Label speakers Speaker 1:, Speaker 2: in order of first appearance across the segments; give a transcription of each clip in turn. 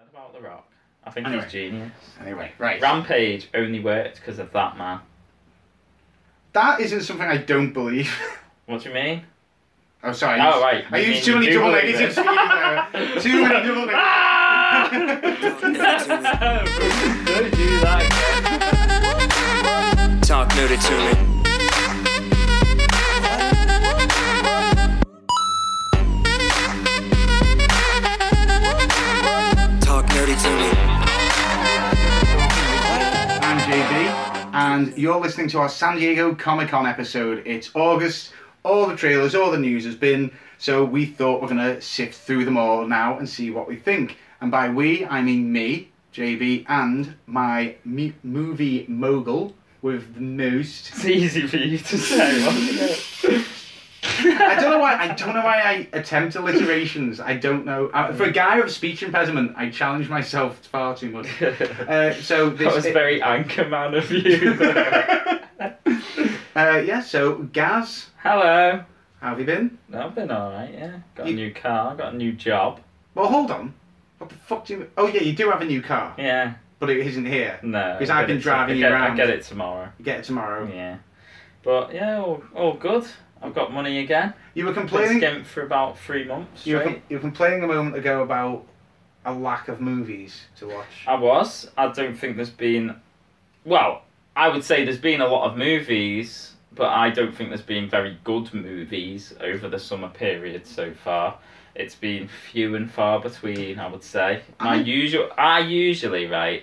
Speaker 1: about The Rock. I think
Speaker 2: Anyway.
Speaker 1: he's genius.
Speaker 2: Anyway, right.
Speaker 1: Rampage only worked because of that man.
Speaker 2: that isn't something I don't believe.
Speaker 1: What do you mean?
Speaker 2: Oh, sorry. I
Speaker 1: Oh,
Speaker 2: used-
Speaker 1: right.
Speaker 2: I
Speaker 1: You
Speaker 2: used
Speaker 1: mean
Speaker 2: too many
Speaker 1: you do
Speaker 2: double
Speaker 1: believe
Speaker 2: negatives.
Speaker 1: it.
Speaker 2: here. Too many double negatives.
Speaker 1: Ah! Don't do that.
Speaker 3: Talk nerdy to me. Talk nerdy to me.
Speaker 2: I'm JB, and you're listening to our San Diego Comic Con episode. It's August. All the trailers, all the news has been. So we thought we're gonna sift through them all now and see what we think. And by we, I mean me, JB, and my mu- movie mogul with the most.
Speaker 1: It's easy for you to say, wasn't it?
Speaker 2: I don't know why. I don't know why I attempt alliterations. I don't know. Uh,
Speaker 1: Mm.
Speaker 2: for a guy with speech impediment, I challenge myself far too much. Uh, so this,
Speaker 1: That was very anchor man of you. though.
Speaker 2: uh, yeah. So Gaz,
Speaker 1: Hello.
Speaker 2: how have you been?
Speaker 1: I've been alright, yeah. Got a
Speaker 2: You-
Speaker 1: new car, got a new job.
Speaker 2: Well, hold on. What the fuck do you? Oh yeah, you do have a new car,
Speaker 1: Yeah.
Speaker 2: but it isn't here.
Speaker 1: No.
Speaker 2: Because
Speaker 1: I
Speaker 2: I've
Speaker 1: get
Speaker 2: been
Speaker 1: it to-
Speaker 2: driving
Speaker 1: I
Speaker 2: you
Speaker 1: get, I
Speaker 2: round.
Speaker 1: get it tomorrow.
Speaker 2: You get it tomorrow.
Speaker 1: Yeah. But yeah, all, all good. I've got money again.
Speaker 2: You were
Speaker 1: Been
Speaker 2: complaining.
Speaker 1: skimp for about three months.
Speaker 2: You were,
Speaker 1: Straight.
Speaker 2: com- you were complaining a moment ago about a lack of movies to watch.
Speaker 1: I was. I don't think there's been. Well, I would say there's been a lot of movies, but I don't think there's been very good movies over the summer period so far. It's been few and far between, I would say. My
Speaker 2: I-
Speaker 1: usual, I usually right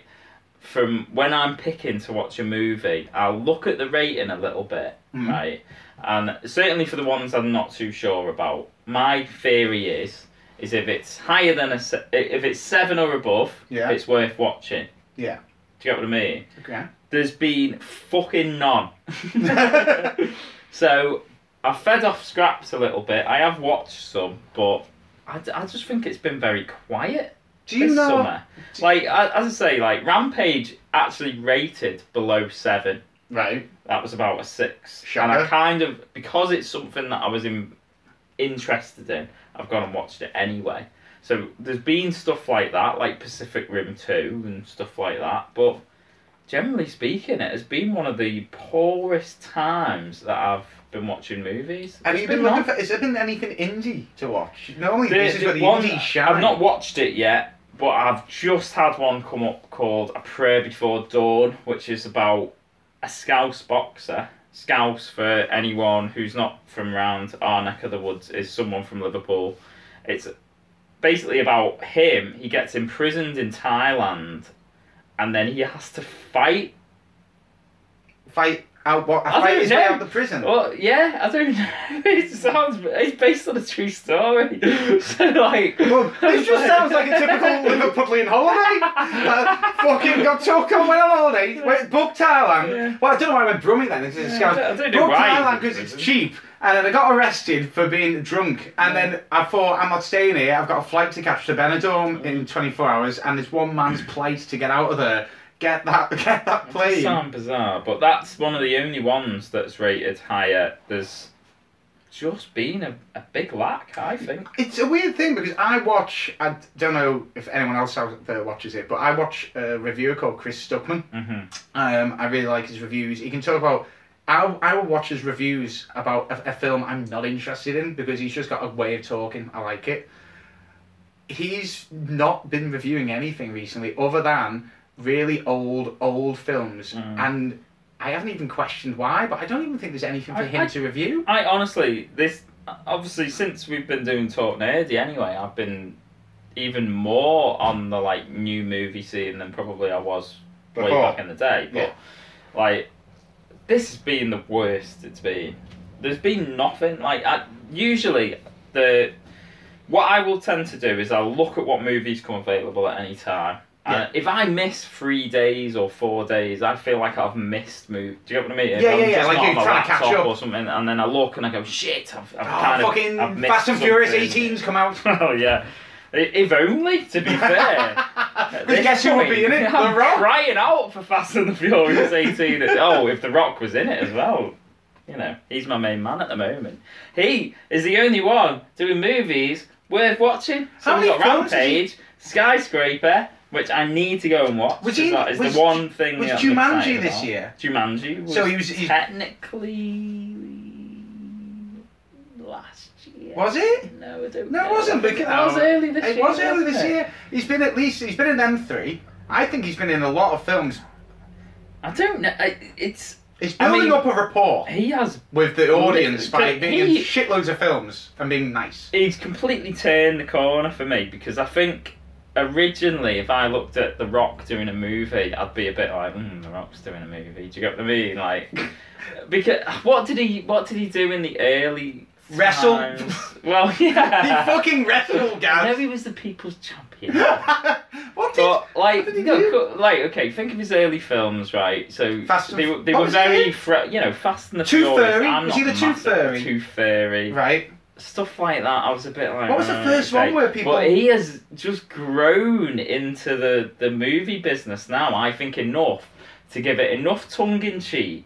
Speaker 1: from when I'm picking to watch a movie, I'll look at the rating a little bit,
Speaker 2: Mhm.
Speaker 1: right? And certainly for the ones I'm not too sure about, my theory is is if it's higher than a se- if it's seven or above,
Speaker 2: Yeah.
Speaker 1: it's worth watching.
Speaker 2: Yeah.
Speaker 1: Do you get what I mean?
Speaker 2: Okay.
Speaker 1: There's been fucking none. so I fed off scraps a little bit. I have watched some, but I, d- I just think it's been very quiet
Speaker 2: Do you
Speaker 1: this
Speaker 2: know?
Speaker 1: summer. Like a- as I say, like Rampage actually rated below seven.
Speaker 2: Right.
Speaker 1: That was about a six, and
Speaker 2: Shocker.
Speaker 1: I kind of because it's something that I was in, interested in. I've gone and watched it anyway. So there's been stuff like that, like Pacific Rim Two and stuff like that. But generally speaking, it has been one of the poorest times that I've been watching movies.
Speaker 2: Have
Speaker 1: It's
Speaker 2: you been
Speaker 1: none.
Speaker 2: looking for? Has there been anything indie to watch? Normally,
Speaker 1: There-
Speaker 2: this is
Speaker 1: there-
Speaker 2: where the
Speaker 1: one-
Speaker 2: indie shine.
Speaker 1: I've not watched it yet, but I've just had one come up called A Prayer Before Dawn, which is about a scouse boxer. Scouse, for anyone who's not from round our neck of the woods, is someone from Liverpool. It's basically about him. He gets imprisoned in Thailand and then he has to fight.
Speaker 2: fight out what
Speaker 1: I
Speaker 2: fight
Speaker 1: don't
Speaker 2: his way
Speaker 1: know.
Speaker 2: out the prison.
Speaker 1: Well, yeah, I don't know. It sounds. It's based on a true story. So, like.
Speaker 2: Well, this just sounds like a typical Liverpoolian holiday. Uh, fucking got took on went on holiday, went booked Thailand.
Speaker 1: Yeah.
Speaker 2: Well, I don't know why I went brumming then. This
Speaker 1: Yeah,
Speaker 2: is yeah,
Speaker 1: I don't- I don't know
Speaker 2: booked
Speaker 1: why you
Speaker 2: Thailand
Speaker 1: did
Speaker 2: because it's
Speaker 1: this.
Speaker 2: cheap, and then I got arrested for being drunk. And then I thought I'm not staying here. I've got a flight to catch to Benidorm in 24 hours, and it's one man's plight to get out of there. Get that, get that
Speaker 1: Does
Speaker 2: plane.
Speaker 1: sound bizarre, but that's one of the only ones that's rated higher. There's just been a, a big lack, I think.
Speaker 2: It's a weird thing because I watch. I don't know if anyone else out there watches it, but I watch a reviewer called Chris Stuckman.
Speaker 1: Mm-hmm.
Speaker 2: Um, I really like his reviews. He can talk about. I I will watch his reviews about a, a film I'm not interested in because he's just got a way of talking. I like it. He's not been reviewing anything recently other than really old old films,
Speaker 1: Mm.
Speaker 2: and I haven't even questioned why. But I don't even think there's anything for
Speaker 1: I-
Speaker 2: him
Speaker 1: I-
Speaker 2: to review.
Speaker 1: I honestly, this obviously since we've been doing Talk Nerdy anyway, I've been even more on the like new movie scene than probably I was way
Speaker 2: Before.
Speaker 1: back in the day. But
Speaker 2: Yeah.
Speaker 1: like, this has been the worst it's been. There's been nothing like I, usually the what I will tend to do is I'll look at what movies come available at any time.
Speaker 2: Yeah.
Speaker 1: And if I miss three days or four days, I feel like I've missed move. Do you get what I mean? If
Speaker 2: Yeah,
Speaker 1: I'm
Speaker 2: yeah, yeah,
Speaker 1: just
Speaker 2: like
Speaker 1: not
Speaker 2: you're
Speaker 1: on my
Speaker 2: trying to catch
Speaker 1: laptop
Speaker 2: up.
Speaker 1: or something, and then I look and I go, shit, I've, I've
Speaker 2: Oh,
Speaker 1: kind of
Speaker 2: fucking
Speaker 1: I've missed
Speaker 2: Fast and Furious
Speaker 1: something."
Speaker 2: 18's come out.
Speaker 1: Well, yeah. I- If only, to be fair. At this
Speaker 2: guess who would be in it?
Speaker 1: I'm
Speaker 2: The Rock.
Speaker 1: crying out for Fast and the Furious 18. oh, if The Rock was in it as well. You know, he's my main man at the moment. He is the only one doing movies worth watching. So
Speaker 2: How
Speaker 1: we've
Speaker 2: many
Speaker 1: got
Speaker 2: films has he-
Speaker 1: Rampage, Skyscraper, which I need to go and watch.
Speaker 2: Was
Speaker 1: Was
Speaker 2: he-
Speaker 1: that is
Speaker 2: was-
Speaker 1: the one thing.
Speaker 2: was
Speaker 1: that I'm
Speaker 2: Jumanji
Speaker 1: excited
Speaker 2: this
Speaker 1: about.
Speaker 2: year?
Speaker 1: Jumanji. Was
Speaker 2: So he was- he-
Speaker 1: technically last year.
Speaker 2: Was it?
Speaker 1: No, I don't.
Speaker 2: No, it
Speaker 1: know.
Speaker 2: wasn't.
Speaker 1: I think
Speaker 2: Because um,
Speaker 1: it was early this
Speaker 2: it
Speaker 1: year.
Speaker 2: was early
Speaker 1: wasn't
Speaker 2: this
Speaker 1: it?
Speaker 2: year. He's been at least he's been in M three. I think he's been in a lot of films.
Speaker 1: I don't know. I, it's
Speaker 2: He's
Speaker 1: I
Speaker 2: building
Speaker 1: mean-
Speaker 2: up a rapport
Speaker 1: he has.
Speaker 2: with the audience by
Speaker 1: But
Speaker 2: being in
Speaker 1: he-
Speaker 2: shitloads of films and being nice.
Speaker 1: He's completely turned the corner for me because I think originally, if I looked at The Rock doing a movie, I'd be a bit like, mm, The Rock's doing a movie. Do you get what I mean? Like, because what did he? What did he do in the early?
Speaker 2: Wrestle?
Speaker 1: times? Well, yeah.
Speaker 2: He fucking wrestled,
Speaker 1: No,
Speaker 2: guys.
Speaker 1: he was the people's champion.
Speaker 2: what did?
Speaker 1: But like,
Speaker 2: What did he
Speaker 1: no,
Speaker 2: do?
Speaker 1: co- like okay, think of his early films, right? So
Speaker 2: Fast and-
Speaker 1: they were they
Speaker 2: what
Speaker 1: were
Speaker 2: was
Speaker 1: very
Speaker 2: it?
Speaker 1: fra- you know Fast and the
Speaker 2: Tooth
Speaker 1: Furious.
Speaker 2: Fairy?
Speaker 1: I'm
Speaker 2: Was
Speaker 1: not
Speaker 2: he the Tooth
Speaker 1: massive at
Speaker 2: Fairy?
Speaker 1: Tooth Fairy,
Speaker 2: Right.
Speaker 1: stuff like that. I was a bit like,
Speaker 2: What was the
Speaker 1: "Oh,
Speaker 2: first
Speaker 1: okay."
Speaker 2: one where people-
Speaker 1: But he has just grown into the the movie business now. I think enough to give it enough tongue in cheek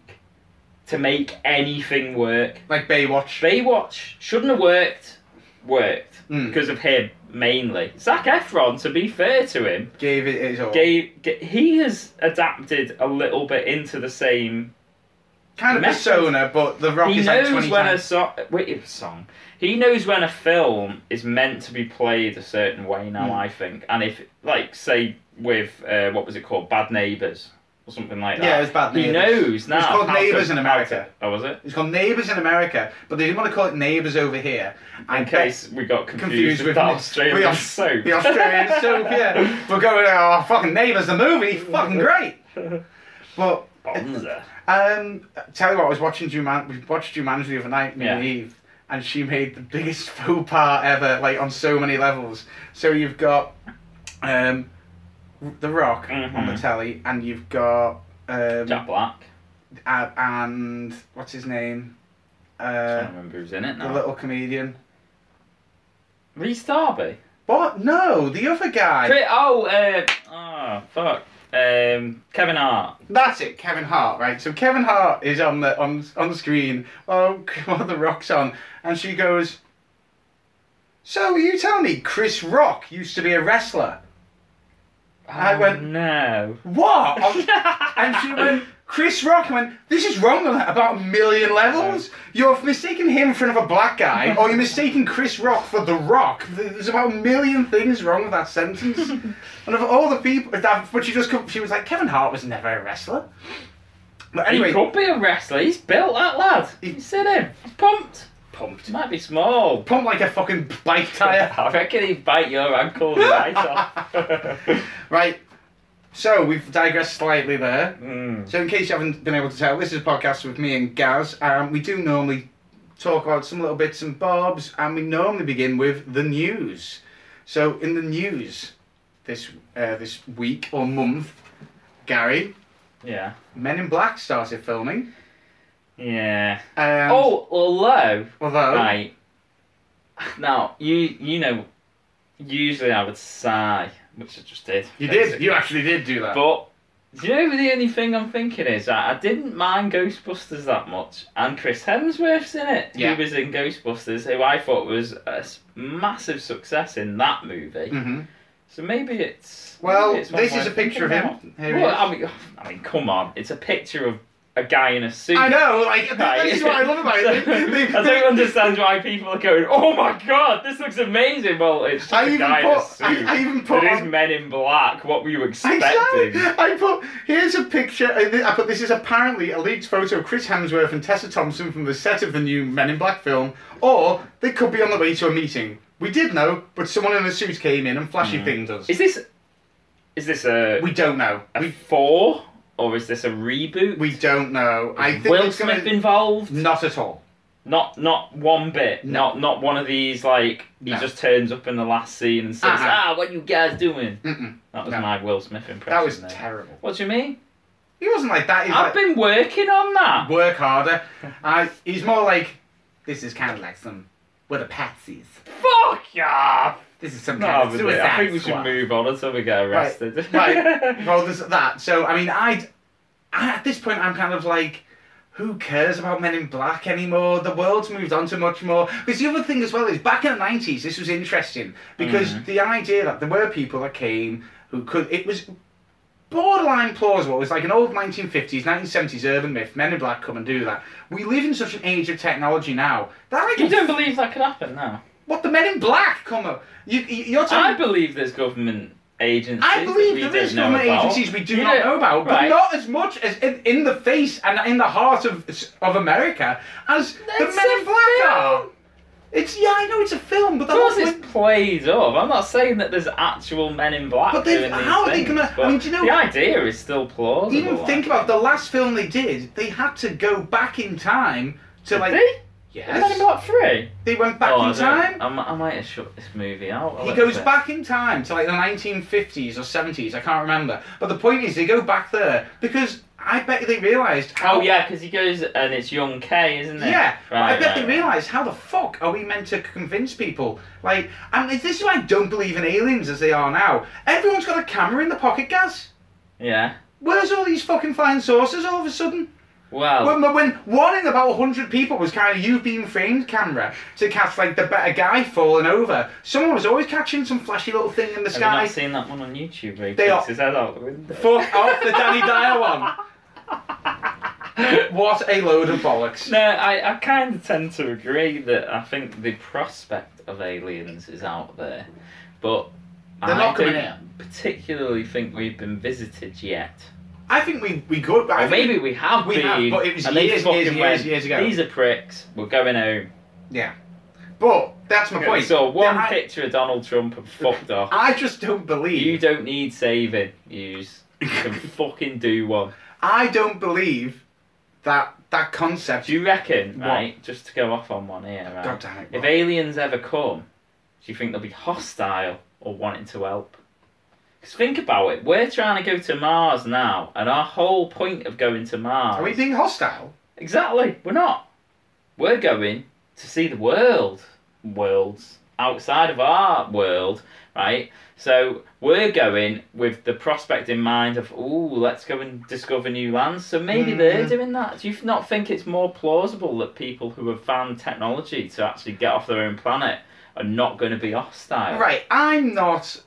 Speaker 1: to make anything work.
Speaker 2: Like Baywatch.
Speaker 1: Baywatch shouldn't have worked, worked
Speaker 2: Mm.
Speaker 1: because of him mainly. Zac Efron, to be fair to him
Speaker 2: Gave it his all.
Speaker 1: gave, g he has adapted a little bit into the same.
Speaker 2: kind of
Speaker 1: Method.
Speaker 2: persona, but The Rock
Speaker 1: he
Speaker 2: is like
Speaker 1: knows
Speaker 2: 20
Speaker 1: when
Speaker 2: times.
Speaker 1: a song. Wait, it was song. He knows when a film is meant to be played a certain way.
Speaker 2: Hmm.
Speaker 1: Now I think, and if like say with uh, what was it called, Bad Neighbors or something like that.
Speaker 2: Yeah, it was Bad
Speaker 1: He knows
Speaker 2: Neighbours.
Speaker 1: now.
Speaker 2: It's called
Speaker 1: how to-
Speaker 2: Neighbours in
Speaker 1: how to-
Speaker 2: America.
Speaker 1: Oh, was it?
Speaker 2: It's called Neighbours in America, but they didn't want to call it Neighbours over here. I
Speaker 1: In
Speaker 2: bet-
Speaker 1: case we got confused,
Speaker 2: confused
Speaker 1: with,
Speaker 2: with
Speaker 1: that
Speaker 2: the-
Speaker 1: Australian
Speaker 2: the Aus-
Speaker 1: soap.
Speaker 2: the Australian soap. Yeah, we're going. Oh, fucking Neighbours, the movie, fucking great. But
Speaker 1: Bonza.
Speaker 2: um, tell you what, I was watching Juman. We watched Jumanji the other night, me
Speaker 1: Yeah.
Speaker 2: and Eve, and she made the biggest faux pas ever, like on so many levels. So you've got um, The Rock on the
Speaker 1: Mhm.
Speaker 2: telly, and you've got um,
Speaker 1: Jack Black.
Speaker 2: a- and what's his name?
Speaker 1: I
Speaker 2: Uh,
Speaker 1: can't remember who's in it
Speaker 2: the
Speaker 1: now.
Speaker 2: little comedian.
Speaker 1: Reece Darby.
Speaker 2: What? No, the other guy.
Speaker 1: Cri- oh, uh, oh, fuck. Um, Kevin Hart.
Speaker 2: That's it, Kevin Hart, right? So Kevin Hart is on the on on the screen. Oh, while the rock's on, and she goes. So you tell me Chris Rock used to be a wrestler? I
Speaker 1: Oh,
Speaker 2: went-
Speaker 1: No.
Speaker 2: What? and she went. Chris Rock and went. This is wrong on about a million levels. You're mistaking him for another black guy, or you're mistaking Chris Rock for the Rock. There's about a million things wrong with that sentence. and of all the people, that, but she just come- she was like Kevin Hart was never a wrestler. But anyway,
Speaker 1: He could be a wrestler. He's built, that lad.
Speaker 2: He-
Speaker 1: You see him? He's pumped.
Speaker 2: pumped.
Speaker 1: He might be small.
Speaker 2: Pump like a fucking bike tire.
Speaker 1: I reckon he'd bite your ankle right off.
Speaker 2: right. So we've digressed slightly there.
Speaker 1: Mm.
Speaker 2: So in case you haven't been able to tell, this is a podcast with me and Gaz. Um, we do normally talk about some little bits and bobs, and we normally begin with the news. So in the news this uh, this week or month, Gary,
Speaker 1: Yeah.
Speaker 2: Men in Black started filming.
Speaker 1: Yeah.
Speaker 2: Um,
Speaker 1: oh, although,
Speaker 2: although
Speaker 1: right. Now, you you know, usually I would sigh, which I just did.
Speaker 2: you
Speaker 1: basically.
Speaker 2: did, you actually did do that.
Speaker 1: But do you know the only thing I'm thinking is that I didn't mind Ghostbusters that much, and Chris Hemsworth's in it.
Speaker 2: Yeah.
Speaker 1: He was in Ghostbusters, who I thought was a s- massive success in that movie.
Speaker 2: hmm
Speaker 1: So maybe it's
Speaker 2: Well,
Speaker 1: maybe it's one
Speaker 2: this
Speaker 1: way
Speaker 2: is a
Speaker 1: of
Speaker 2: picture of
Speaker 1: thinking
Speaker 2: him.
Speaker 1: about
Speaker 2: Here
Speaker 1: it.
Speaker 2: he
Speaker 1: Well,
Speaker 2: is.
Speaker 1: I mean, I mean, come on, it's a picture of a guy in a suit.
Speaker 2: I know, like
Speaker 1: Right.
Speaker 2: this is what I love about it. They- they-
Speaker 1: I don't understand why people are going. Oh my god, this looks amazing. Well, it's just
Speaker 2: I
Speaker 1: a
Speaker 2: even
Speaker 1: guy
Speaker 2: put- I-
Speaker 1: in a suit.
Speaker 2: I even put
Speaker 1: it is
Speaker 2: on-
Speaker 1: Men in Black. What were you expecting?
Speaker 2: Exactly. I put here's a picture. I thi- I put this is apparently a leaked photo of Chris Hemsworth and Tessa Thompson from the set of the new Men in Black film, or they could be on the way to a meeting. We did know, but someone in a suit came in and flashy
Speaker 1: Hmm.
Speaker 2: thinged us.
Speaker 1: Is this is this a,
Speaker 2: we don't know.
Speaker 1: a
Speaker 2: We,
Speaker 1: four or is this a reboot?
Speaker 2: we don't know. I think
Speaker 1: Will
Speaker 2: it's gonna
Speaker 1: Smith involved?
Speaker 2: not at all.
Speaker 1: Not not one bit.
Speaker 2: No.
Speaker 1: Not not one of these like he
Speaker 2: No.
Speaker 1: just turns up in the last scene and says,
Speaker 2: Uh-uh.
Speaker 1: "Ah, what you guys doing?"
Speaker 2: Mm-mm.
Speaker 1: That was
Speaker 2: No.
Speaker 1: my Will Smith impression.
Speaker 2: That was
Speaker 1: there.
Speaker 2: terrible.
Speaker 1: What do you mean?
Speaker 2: He wasn't like that. He's
Speaker 1: I've
Speaker 2: like
Speaker 1: been working on that.
Speaker 2: work harder. I, he's more like this is kind of like some we're the patsies.
Speaker 1: Fuck yeah!
Speaker 2: This is some
Speaker 1: No,
Speaker 2: kind
Speaker 1: I
Speaker 2: of
Speaker 1: was-
Speaker 2: suicide
Speaker 1: I think we should
Speaker 2: squad.
Speaker 1: move on until we get arrested.
Speaker 2: right. Well, there's that. So I mean, I, I at this point I'm kind of like, who cares about Men in Black anymore? The world's moved on to much more. Because the other
Speaker 1: Mm-hmm.
Speaker 2: thing as well is back in the nineties, this was interesting because the idea that there were people that came who could. It was borderline plausible. It was like an old 1950s, 1970s urban myth. Men in black come and do that. We live in such an age of technology now that I
Speaker 1: You
Speaker 2: can.
Speaker 1: don't believe that could happen now?
Speaker 2: What the men in black come up? You, you- you're
Speaker 1: I
Speaker 2: telling. me
Speaker 1: believe there's government agencies.
Speaker 2: I believe
Speaker 1: that we
Speaker 2: there is
Speaker 1: don't know
Speaker 2: government
Speaker 1: about.
Speaker 2: agencies we do
Speaker 1: You
Speaker 2: not
Speaker 1: don't-
Speaker 2: know about, but
Speaker 1: right.
Speaker 2: not as much as in, in the face and in the heart of of America as the
Speaker 1: That's
Speaker 2: men
Speaker 1: a
Speaker 2: in black are.
Speaker 1: film.
Speaker 2: It's yeah, I know it's a film, but the
Speaker 1: Of course,
Speaker 2: whole
Speaker 1: it's played up. I'm not saying that there's actual men in black.
Speaker 2: But they've-
Speaker 1: doing these
Speaker 2: how are they
Speaker 1: things,
Speaker 2: gonna- I
Speaker 1: but
Speaker 2: mean, do you know-
Speaker 1: The idea is still plausible.
Speaker 2: even think about the last film they did. They had to go back in time to like.
Speaker 1: They?
Speaker 2: Yes.
Speaker 1: Men in Black Three.
Speaker 2: They went back
Speaker 1: Oh, I
Speaker 2: in
Speaker 1: don't-
Speaker 2: time.
Speaker 1: I, mi- I might have shut this movie out. a
Speaker 2: He
Speaker 1: little
Speaker 2: goes
Speaker 1: bit.
Speaker 2: back in time to like the 1950s or 70s. I can't remember. But the point is, they go back there because I bet they realised how.
Speaker 1: Oh yeah, because he goes and it's young K, isn't it?
Speaker 2: Yeah, but I
Speaker 1: Right,
Speaker 2: bet
Speaker 1: right,
Speaker 2: they
Speaker 1: right.
Speaker 2: realised how the fuck are we meant to convince people? Like, and this is why I don't believe in aliens as they are now. Everyone's got a camera in the pocket, Gaz.
Speaker 1: Yeah.
Speaker 2: Where's all these fucking flying saucers all of a sudden?
Speaker 1: Well,
Speaker 2: When, when one in about 100 people was carrying a you've been framed camera to catch like the better guy falling over, someone was always catching some flashy little thing in the
Speaker 1: have you
Speaker 2: sky.
Speaker 1: not seen that one on YouTube where he
Speaker 2: They
Speaker 1: they
Speaker 2: are-
Speaker 1: his head out the window?
Speaker 2: Fuck off the Danny Dyer one. What a load of bollocks.
Speaker 1: No, I, I kind of tend to agree that I think the prospect of aliens is out there, but
Speaker 2: They're
Speaker 1: I
Speaker 2: not coming
Speaker 1: don't
Speaker 2: here.
Speaker 1: particularly think we've been visited yet.
Speaker 2: I think we, we could. I
Speaker 1: Or
Speaker 2: think
Speaker 1: maybe we have
Speaker 2: we
Speaker 1: been.
Speaker 2: have, but it was
Speaker 1: and they
Speaker 2: years, years,
Speaker 1: fucking
Speaker 2: years,
Speaker 1: went,
Speaker 2: years ago.
Speaker 1: These are pricks. We're going home.
Speaker 2: Yeah. But that's my
Speaker 1: Okay,
Speaker 2: point.
Speaker 1: so one
Speaker 2: Yeah, I,
Speaker 1: picture of Donald Trump and fucked off.
Speaker 2: I just don't believe.
Speaker 1: You don't need saving. Use you can fucking do one.
Speaker 2: I don't believe that that concept.
Speaker 1: Do you reckon,
Speaker 2: What?
Speaker 1: right? Just to go off on one here, right?
Speaker 2: God damn it.
Speaker 1: If
Speaker 2: Rob.
Speaker 1: aliens ever come, do you think they'll be hostile or wanting to help? Because think about it, we're trying to go to Mars now, and our whole point of going to Mars.
Speaker 2: Are we being hostile?
Speaker 1: Exactly, we're not. We're going to see the world, worlds outside of our world, right? So we're going with the prospect in mind of, ooh, let's go and discover new lands. So maybe they're
Speaker 2: Mhm.
Speaker 1: doing that. Do you not think it's more plausible that people who have found technology to actually get off their own planet are not going to be hostile?
Speaker 2: Right. I'm not.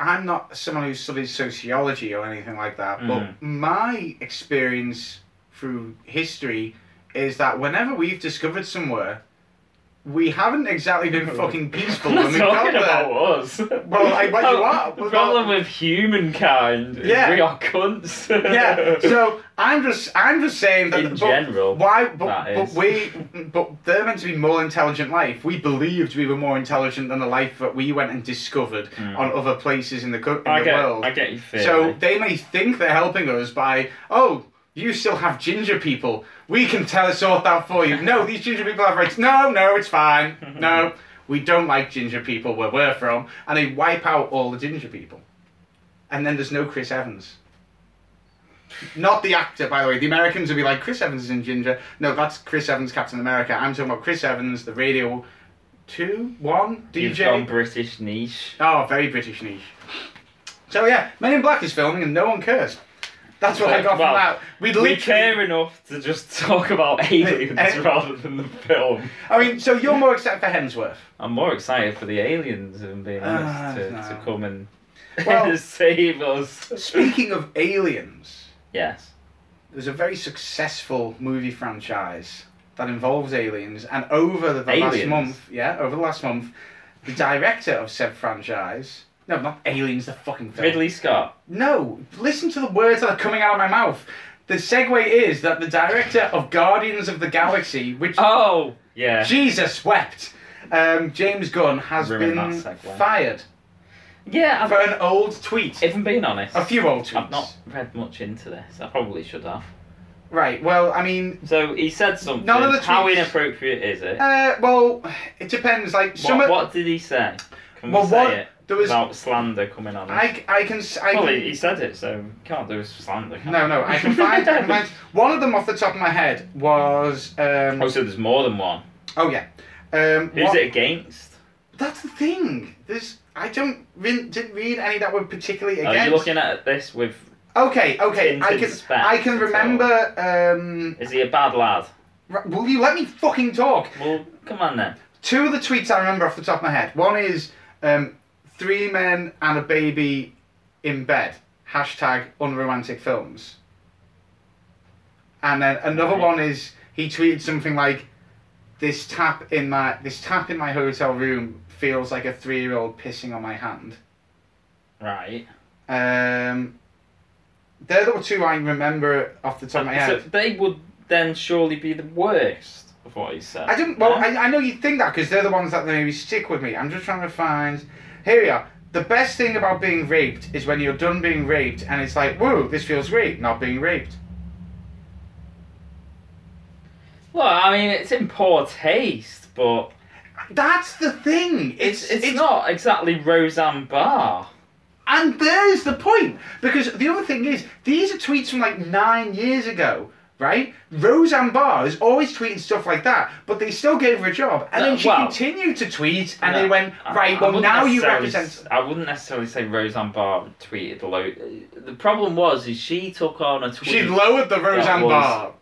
Speaker 2: I'm not someone who studies sociology or anything like that.
Speaker 1: Mhm.
Speaker 2: But my experience through history is that whenever we've discovered somewhere, we haven't exactly been fucking peaceful
Speaker 1: I'm
Speaker 2: when
Speaker 1: not
Speaker 2: we've got
Speaker 1: talking
Speaker 2: there.
Speaker 1: about us.
Speaker 2: Well, I- well, you are,
Speaker 1: The
Speaker 2: but-
Speaker 1: problem with humankind is
Speaker 2: Yeah.
Speaker 1: we are cunts.
Speaker 2: yeah. So I'm just I'm just saying that
Speaker 1: In
Speaker 2: but
Speaker 1: general,
Speaker 2: Why? But,
Speaker 1: that
Speaker 2: but
Speaker 1: is.
Speaker 2: we but they're meant to be more intelligent life. We believed we were more intelligent than the life that we went and discovered
Speaker 1: Hmm.
Speaker 2: on other places in the co- in
Speaker 1: I
Speaker 2: the
Speaker 1: get,
Speaker 2: world.
Speaker 1: I get you. Theory.
Speaker 2: so they may think they're helping us by oh. You still have ginger people. We can tell sort that for you. No, these ginger people have rights. No, no, it's fine. No, we don't like ginger people where we're from, and they wipe out all the ginger people. And then there's no Chris Evans. Not the actor, by the way. The Americans would be like, Chris Evans is in Ginger. No, that's Chris Evans, Captain America. I'm talking about Chris Evans, the Radio 2, 1
Speaker 1: You've gone
Speaker 2: DJ.
Speaker 1: British niche.
Speaker 2: oh, very British niche. So, yeah, Men in Black is filming and no one cares. That's what I got
Speaker 1: Well,
Speaker 2: from that. We'd
Speaker 1: We
Speaker 2: literally.
Speaker 1: care enough to just talk about aliens
Speaker 2: Eh, eh.
Speaker 1: rather than the film.
Speaker 2: I mean, so you're more excited for Hemsworth.
Speaker 1: I'm more excited for the aliens, if I'm being honest,
Speaker 2: Ah,
Speaker 1: to,
Speaker 2: no.
Speaker 1: to come and
Speaker 2: Well-
Speaker 1: save us.
Speaker 2: Speaking of aliens,
Speaker 1: Yes.
Speaker 2: there's a very successful movie franchise that involves aliens, and over the, the last
Speaker 1: Aliens?
Speaker 2: month, yeah, over the last month, the director of said franchise. No, not aliens. The fucking film.
Speaker 1: Ridley Scott.
Speaker 2: No, listen to the words that are coming out of my mouth. The segue is that the director of Guardians of the Galaxy, which
Speaker 1: Oh! Yeah.
Speaker 2: Jesus wept, um, James Gunn has
Speaker 1: Ruined
Speaker 2: been
Speaker 1: that segue.
Speaker 2: fired
Speaker 1: yeah,
Speaker 2: for
Speaker 1: I've,
Speaker 2: an old tweet.
Speaker 1: if I'm being honest,
Speaker 2: a few old tweets.
Speaker 1: I've not read much into this. I probably should have.
Speaker 2: Right. Well, I mean,
Speaker 1: So he said something.
Speaker 2: None of the
Speaker 1: How
Speaker 2: tweets-
Speaker 1: inappropriate is it?
Speaker 2: uh, well, it depends. Like some.
Speaker 1: what,
Speaker 2: of-
Speaker 1: what did he say? Can
Speaker 2: Well,
Speaker 1: we say
Speaker 2: what-
Speaker 1: it?
Speaker 2: there was-
Speaker 1: Without slander coming on us?
Speaker 2: I, I can s- I
Speaker 1: Well,
Speaker 2: can-
Speaker 1: he, he said it, so you can't do slander. Can
Speaker 2: no
Speaker 1: you?
Speaker 2: no I can find, I can find one of them off the top of my head was um,
Speaker 1: oh, so there's more than one.
Speaker 2: oh yeah um,
Speaker 1: Who's
Speaker 2: what-
Speaker 1: it against?
Speaker 2: that's the thing there's I don't re- didn't read any that were particularly
Speaker 1: Are
Speaker 2: against
Speaker 1: you Oh, looking at this with?
Speaker 2: okay okay I
Speaker 1: Tinted
Speaker 2: can
Speaker 1: specs
Speaker 2: I can
Speaker 1: and so
Speaker 2: remember um,
Speaker 1: Is he a bad lad?
Speaker 2: r- will you let me fucking talk
Speaker 1: Well, come on then.
Speaker 2: two of the tweets I remember off the top of my head. One is um, three men and a baby in bed. Hashtag unromantic films. And then another
Speaker 1: Right.
Speaker 2: one is he tweeted something like, "This tap in my this tap in my hotel room feels like a three year old pissing on my hand."
Speaker 1: Right.
Speaker 2: Um, they're the two I remember off the top of Oh my
Speaker 1: Uh, so
Speaker 2: head.
Speaker 1: they would then surely be the worst of what he said.
Speaker 2: I didn't. Well,
Speaker 1: no?
Speaker 2: I, I know you'd think that because they're the ones that maybe stick with me. I'm just trying to find. Here we are. The best thing about being raped is when you're done being raped and it's like, whoa, this feels great, not being raped.
Speaker 1: Look, I mean, it's in poor taste, but
Speaker 2: That's the thing.
Speaker 1: it's it's, not exactly Roseanne Barr.
Speaker 2: And there's the point. Because the other thing is, these are tweets from like nine years ago, right? Roseanne Barr is always tweeting stuff like that, but they still gave her a job. And
Speaker 1: No,
Speaker 2: then she
Speaker 1: well-
Speaker 2: continued to tweet, and
Speaker 1: No,
Speaker 2: they went,
Speaker 1: I-
Speaker 2: right,
Speaker 1: I
Speaker 2: well,
Speaker 1: wouldn't
Speaker 2: now you
Speaker 1: necessarily
Speaker 2: represent.
Speaker 1: s- I wouldn't necessarily say Roseanne Barr tweeted a lot. The problem was is she took on a tweet.
Speaker 2: She lowered the Roseanne
Speaker 1: was-
Speaker 2: Barr.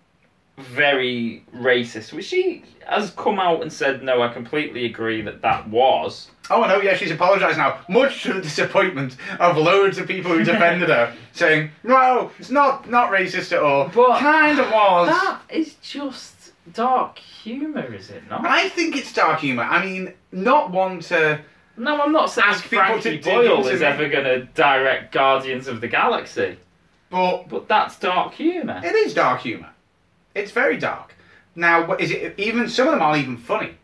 Speaker 1: very racist, which she has come out and said, no, I completely agree that that was.
Speaker 2: Oh, no, yeah, she's apologised now, much to the disappointment of loads of people who defended her, saying, no, it's not not racist at all.
Speaker 1: But-
Speaker 2: kind of was.
Speaker 1: That is just dark humour, is it not?
Speaker 2: I think it's dark humour. I mean, not one to.
Speaker 1: No, I'm not saying
Speaker 2: Ask people
Speaker 1: Frankie
Speaker 2: to dig
Speaker 1: Boyle
Speaker 2: into
Speaker 1: is
Speaker 2: me.
Speaker 1: ever going to direct Guardians of the Galaxy,
Speaker 2: But
Speaker 1: but that's dark humour.
Speaker 2: It is dark humor. It's very dark. Now, what is it? Even some of them aren't even funny,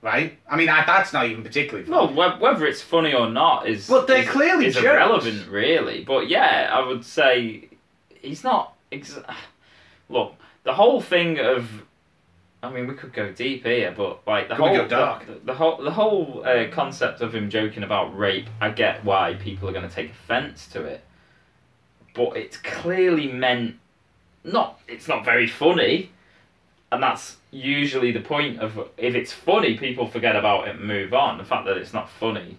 Speaker 2: right? I mean, I, that's not even particularly
Speaker 1: No,
Speaker 2: funny.
Speaker 1: whe- whether it's funny or not is
Speaker 2: Well, they're
Speaker 1: is,
Speaker 2: clearly
Speaker 1: is
Speaker 2: jokes.
Speaker 1: irrelevant, really. But yeah, I would say he's not. Ex- Look, the whole thing of, I mean, we could go deep here, but like the
Speaker 2: Could we
Speaker 1: whole
Speaker 2: go dark?
Speaker 1: The, the whole the whole uh, concept of him joking about rape. I get why people are going to take offence to it, but it's clearly meant not. It's not very funny. And that's usually the point of if it's funny, people forget about it and move on. The fact that it's not funny,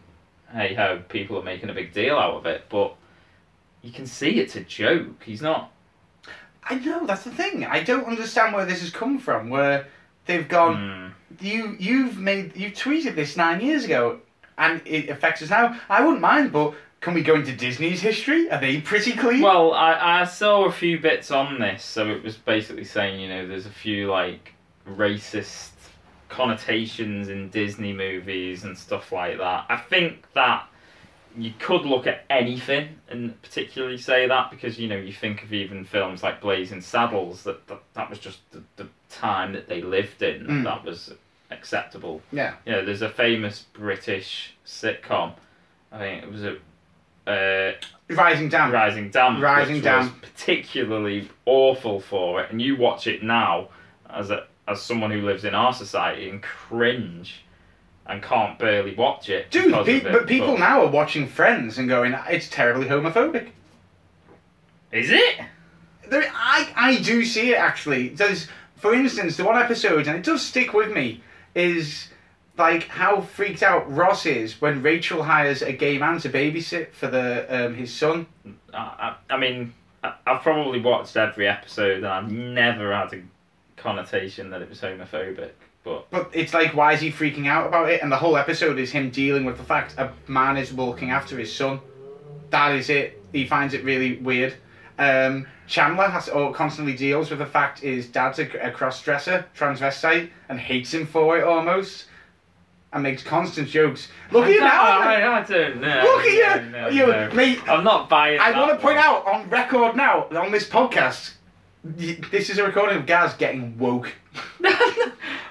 Speaker 1: hey ho, people are making a big deal out of it, but you can see it's a joke. He's not.
Speaker 2: I know that's the thing. I don't understand where this has come from. Where they've gone,
Speaker 1: Mm.
Speaker 2: you you've made you tweeted this nine years ago, and it affects us now. I wouldn't mind, but can we go into Disney's history? Are they pretty clean?
Speaker 1: Well, I, I saw a few bits on this, so it was basically saying, you know, there's a few like racist connotations in Disney movies and stuff like that. I think that you could look at anything and particularly say that because you know you think of even films like Blazing Saddles that that, that was just the, the time that they lived in
Speaker 2: Mm.
Speaker 1: that was acceptable.
Speaker 2: yeah.
Speaker 1: You know, there's a famous British sitcom. I think it was a uh,
Speaker 2: Rising down.
Speaker 1: Rising Damp.
Speaker 2: Rising
Speaker 1: which Was
Speaker 2: Damp.
Speaker 1: particularly awful for it, and you watch it now as a as someone who lives in our society and cringe, and can't barely watch it.
Speaker 2: Dude,
Speaker 1: because
Speaker 2: pe-
Speaker 1: of it,
Speaker 2: but people now are watching Friends and going, it's terribly homophobic.
Speaker 1: Is it?
Speaker 2: There, I, I do see it actually. There's, for instance, the one episode, and it does stick with me, is like how freaked out Ross is when Rachel hires a gay man to babysit for the um, his son.
Speaker 1: I, I, I mean, I, I've probably watched every episode, and I've never had a connotation that it was homophobic. But
Speaker 2: But it's like, why is he freaking out about it? And the whole episode is him dealing with the fact a man is walking after his son. That is it. He finds it really weird. Um, Chandler has or constantly deals with the fact his dad's a, a cross-dresser, transvestite, and hates him for it almost, and makes constant jokes. Look at you
Speaker 1: I,
Speaker 2: now.
Speaker 1: I, I don't know.
Speaker 2: Look at you.
Speaker 1: No, no,
Speaker 2: you,
Speaker 1: no.
Speaker 2: mate.
Speaker 1: I'm not buying.
Speaker 2: I
Speaker 1: that
Speaker 2: want to point
Speaker 1: one.
Speaker 2: out on record now on this podcast. y- This is a recording of Gaz getting woke.
Speaker 1: I'm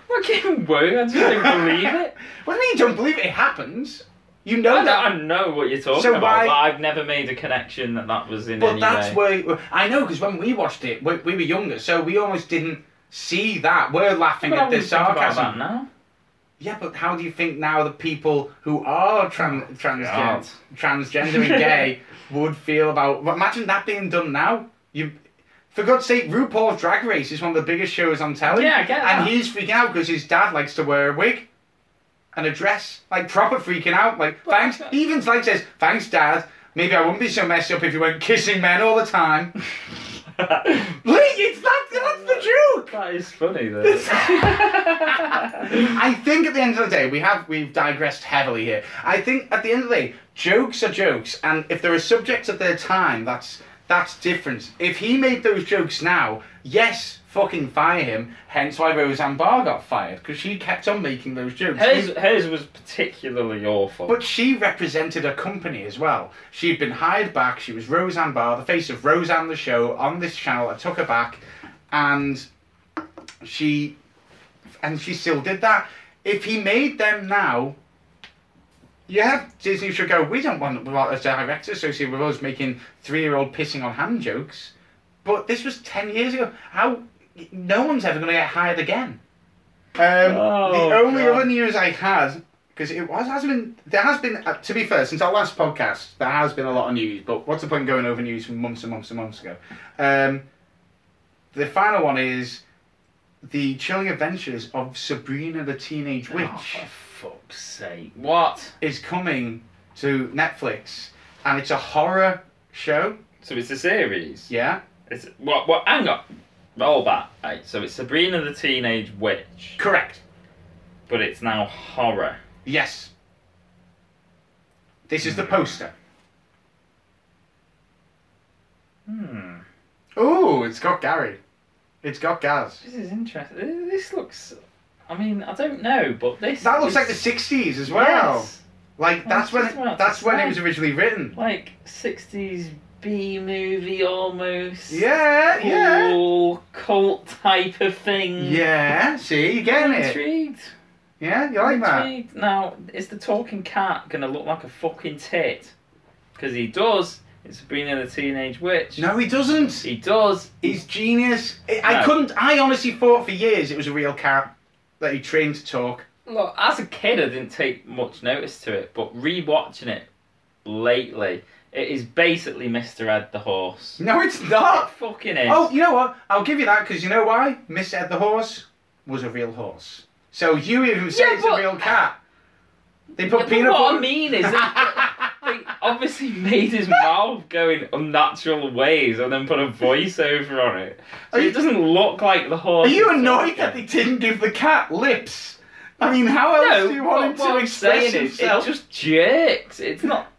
Speaker 1: not getting woke. I just don't believe it.
Speaker 2: What do you mean you don't believe it? It happens. You know
Speaker 1: I don't,
Speaker 2: that.
Speaker 1: I know what you're talking
Speaker 2: So
Speaker 1: about.
Speaker 2: why-
Speaker 1: but I've never made a connection that that was in
Speaker 2: But
Speaker 1: any
Speaker 2: that's
Speaker 1: way.
Speaker 2: where I know because when we watched it, we, we were younger, so we almost didn't see that. We're laughing
Speaker 1: But I
Speaker 2: at the
Speaker 1: wouldn't think about
Speaker 2: sarcasm.
Speaker 1: that now.
Speaker 2: Yeah, but how do you think now the people who are tran-
Speaker 1: God.
Speaker 2: transgen- transgender and gay would feel about? well, Imagine that being done now. You, for God's sake, RuPaul's Drag Race is one of the biggest shows on telly.
Speaker 1: Yeah, I get
Speaker 2: And
Speaker 1: that.
Speaker 2: he's freaking out because his dad likes to wear a wig and a dress, like proper freaking out. Like thanks, he even like says thanks, dad. Maybe I wouldn't be so messed up if you weren't kissing men all the time. Lee, it's that, that's the joke!
Speaker 1: That is funny though.
Speaker 2: I think at the end of the day, we have we've digressed heavily here. I think at the end of the day, jokes are jokes, and if they're a subject at their time, that's that's different. If he made those jokes now, yes, fucking fire him. Hence why Roseanne Barr got fired because she kept on making those jokes.
Speaker 1: hers, hers was particularly awful.
Speaker 2: But she represented a company as well. She'd been hired back. She was Roseanne Barr, the face of Roseanne the show on this channel. I took her back, and she, and she still did that. If he made them now, yeah, Disney should go. We don't want a director associated with us making three-year-old pissing on hand jokes. But this was ten years ago. How? No one's ever going to get hired again. Um,
Speaker 1: Oh,
Speaker 2: the only
Speaker 1: God.
Speaker 2: other news I had because it was has been there has been uh, to be fair since our last podcast there has been a lot of news. But what's the point in going over news from months and months and months ago? Um, the final one is the chilling adventures of Sabrina the Teenage Witch
Speaker 1: Oh, for fuck's sake. What?
Speaker 2: is coming to Netflix, and it's a horror show.
Speaker 1: So it's a series.
Speaker 2: Yeah,
Speaker 1: It's what? What? Hang on. Roll back. Right. So it's Sabrina the Teenage Witch,
Speaker 2: correct.
Speaker 1: but it's now horror.
Speaker 2: Yes. This is the poster.
Speaker 1: Hmm.
Speaker 2: Oh, it's got Gary. It's got Gaz.
Speaker 1: This is interesting. This looks. I mean, I don't know, but this.
Speaker 2: That looks
Speaker 1: is-
Speaker 2: like the '60s as well.
Speaker 1: Yes.
Speaker 2: Like
Speaker 1: Oh, That's
Speaker 2: that's when
Speaker 1: just what I
Speaker 2: it,
Speaker 1: was
Speaker 2: that's when it
Speaker 1: saying.
Speaker 2: was originally written.
Speaker 1: Like sixties B movie almost.
Speaker 2: Yeah, yeah,
Speaker 1: Cool cult type of thing.
Speaker 2: yeah. See, you
Speaker 1: I'm
Speaker 2: getting it.
Speaker 1: intrigued.
Speaker 2: Yeah, you like that?
Speaker 1: Intrigued. Now, is the talking cat gonna look like a fucking tit? Because he does. It's Sabrina the Teenage Witch.
Speaker 2: No, he doesn't.
Speaker 1: He does.
Speaker 2: He's genius. I- I
Speaker 1: No.
Speaker 2: couldn't. I honestly thought for years it was a real cat that he trained to talk.
Speaker 1: Look, as a kid, I didn't take much notice to it, but rewatching it lately, it is basically Mr. Ed the Horse.
Speaker 2: No, it's
Speaker 1: It
Speaker 2: not.
Speaker 1: fucking is.
Speaker 2: Oh, you know what? I'll give you that because you know why? Miss Ed the horse was a real horse. So you even say
Speaker 1: Yeah,
Speaker 2: it's a
Speaker 1: but-
Speaker 2: real cat. They
Speaker 1: Yeah,
Speaker 2: put
Speaker 1: but
Speaker 2: Oh, peanut
Speaker 1: what
Speaker 2: butter.
Speaker 1: I mean is, that they obviously made his mouth go in unnatural ways and then put a voiceover on it. So
Speaker 2: Are you-
Speaker 1: it doesn't look like the horse.
Speaker 2: Are you
Speaker 1: is
Speaker 2: annoyed
Speaker 1: talking.
Speaker 2: that they didn't give the cat lips? I mean, how else
Speaker 1: No,
Speaker 2: do you
Speaker 1: what-
Speaker 2: want
Speaker 1: what
Speaker 2: him to
Speaker 1: I'm
Speaker 2: express
Speaker 1: saying is,
Speaker 2: himself?
Speaker 1: It just jerks. It's not.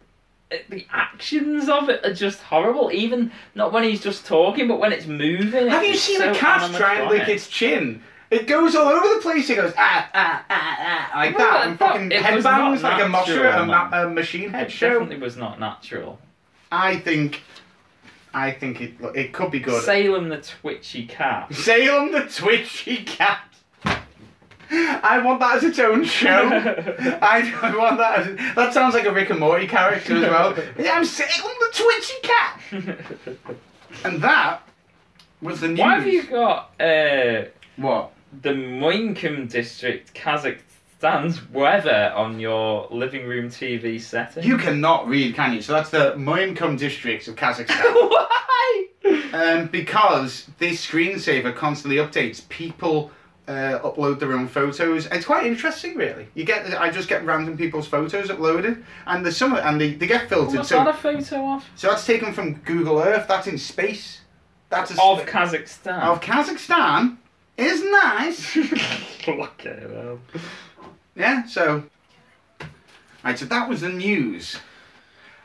Speaker 1: it- the actions of it are just horrible. Even not when he's just talking, but when it's moving.
Speaker 2: Have you
Speaker 1: it's
Speaker 2: seen
Speaker 1: so
Speaker 2: a cat try and lick
Speaker 1: animatronic.
Speaker 2: its chin? It goes all over the place. It goes ah ah ah ah like
Speaker 1: No,
Speaker 2: that,
Speaker 1: I
Speaker 2: and
Speaker 1: thought
Speaker 2: fucking
Speaker 1: it was
Speaker 2: headbands
Speaker 1: not
Speaker 2: like a
Speaker 1: natural,
Speaker 2: musher, a, ma-
Speaker 1: man.
Speaker 2: a machine head
Speaker 1: It
Speaker 2: show.
Speaker 1: definitely was not natural.
Speaker 2: I think, I think it look, it could be good.
Speaker 1: Salem the twitchy cat.
Speaker 2: Salem the Twitchy Cat. I want that as its own show. I, I want that. As, that sounds like a Rick and Morty character as well. Yeah, I'm Salem the Twitchy Cat. And that was the news.
Speaker 1: Why have you got uh,
Speaker 2: What?
Speaker 1: the Moinkum District, Kazakhstan's weather on your living room TV setting?
Speaker 2: You cannot read, can you? So that's the Moimkum district of Kazakhstan.
Speaker 1: Why?
Speaker 2: um, because this screensaver constantly updates. People uh, upload their own photos. It's quite interesting, really. You get, I just get random people's photos uploaded, and there's some, and they, they get filtered.
Speaker 1: What's
Speaker 2: so
Speaker 1: that a photo of?
Speaker 2: So that's taken from Google Earth. That's in space. That's a
Speaker 1: Of
Speaker 2: sp-
Speaker 1: Kazakhstan.
Speaker 2: of Kazakhstan. Is nice.
Speaker 1: okay, well.
Speaker 2: yeah. So. Right. So that was the news.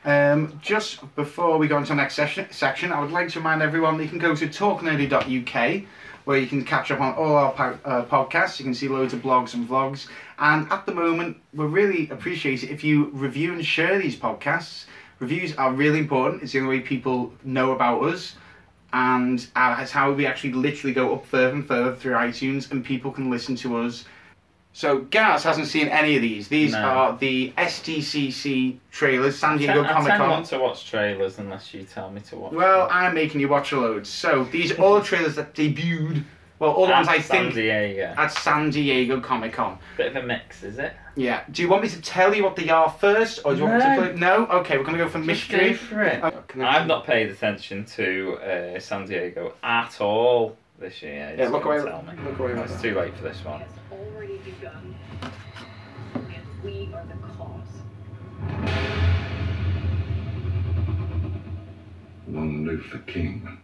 Speaker 2: Um, just before we go into the next session, section, I would like to remind everyone that you can go to talknerdy.uk where you can catch up on all our po- uh, podcasts. You can see loads of blogs and vlogs. And at the moment, we really appreciate it if you review and share these podcasts. Reviews are really important. It's the only way people know about us. And uh, it's how we actually literally go up further and further through iTunes and people can listen to us. So Gaz hasn't seen any of these. These
Speaker 1: No.
Speaker 2: are the SDCC trailers, San
Speaker 1: I
Speaker 2: Diego
Speaker 1: tend I
Speaker 2: Comic
Speaker 1: tend
Speaker 2: Con.
Speaker 1: not to watch trailers unless you tell me to watch.
Speaker 2: Well,
Speaker 1: them.
Speaker 2: I'm making you watch a load. So these are all the trailers that debuted. Well, all the ones
Speaker 1: At
Speaker 2: I
Speaker 1: Ah, San
Speaker 2: think
Speaker 1: Diego.
Speaker 2: at San Diego Comic Con.
Speaker 1: Bit of a mix, is it?
Speaker 2: Yeah. Do you want me to tell you what they are first, or do you want me to?
Speaker 1: No.
Speaker 2: Play? No. Okay, we're gonna go for
Speaker 1: Just
Speaker 2: mystery.
Speaker 1: go for it.
Speaker 2: Oh, can I-
Speaker 1: I've not paid attention to uh, San Diego at all this year.
Speaker 2: Yeah, look
Speaker 1: Don't
Speaker 2: away-
Speaker 1: Tell me.
Speaker 2: look away like
Speaker 1: It's
Speaker 2: that.
Speaker 1: too late for this one.
Speaker 4: has already begun, and we are the cause.
Speaker 5: Long live the king.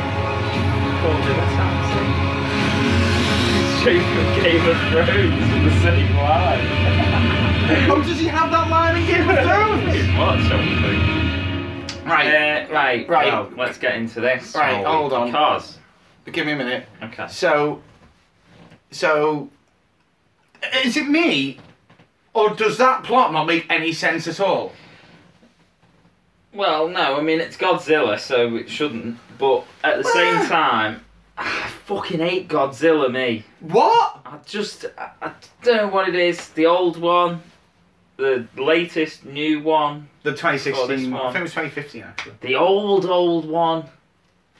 Speaker 1: called it a taxi. It's shaped of Game of Thrones in the same line.
Speaker 2: Oh, does he have that line in Game of Thrones?
Speaker 1: What? something.
Speaker 2: right,
Speaker 1: Uh, right,
Speaker 2: Right.
Speaker 1: right. let's get into this.
Speaker 2: Right,
Speaker 1: shall we?
Speaker 2: hold on.
Speaker 1: Because
Speaker 2: give me a minute.
Speaker 1: okay,
Speaker 2: So, so, is it me, or does that plot not make any sense at all?
Speaker 1: well, no, I mean it's Godzilla, so it shouldn't. But at the
Speaker 2: Ah!
Speaker 1: same time, I fucking hate Godzilla. Me,
Speaker 2: What?
Speaker 1: I just I, I don't know what it is. The old one, the latest new one,
Speaker 2: The 2016,
Speaker 1: Oh, this
Speaker 2: I
Speaker 1: one.
Speaker 2: think it was 2015 actually.
Speaker 1: the old old one.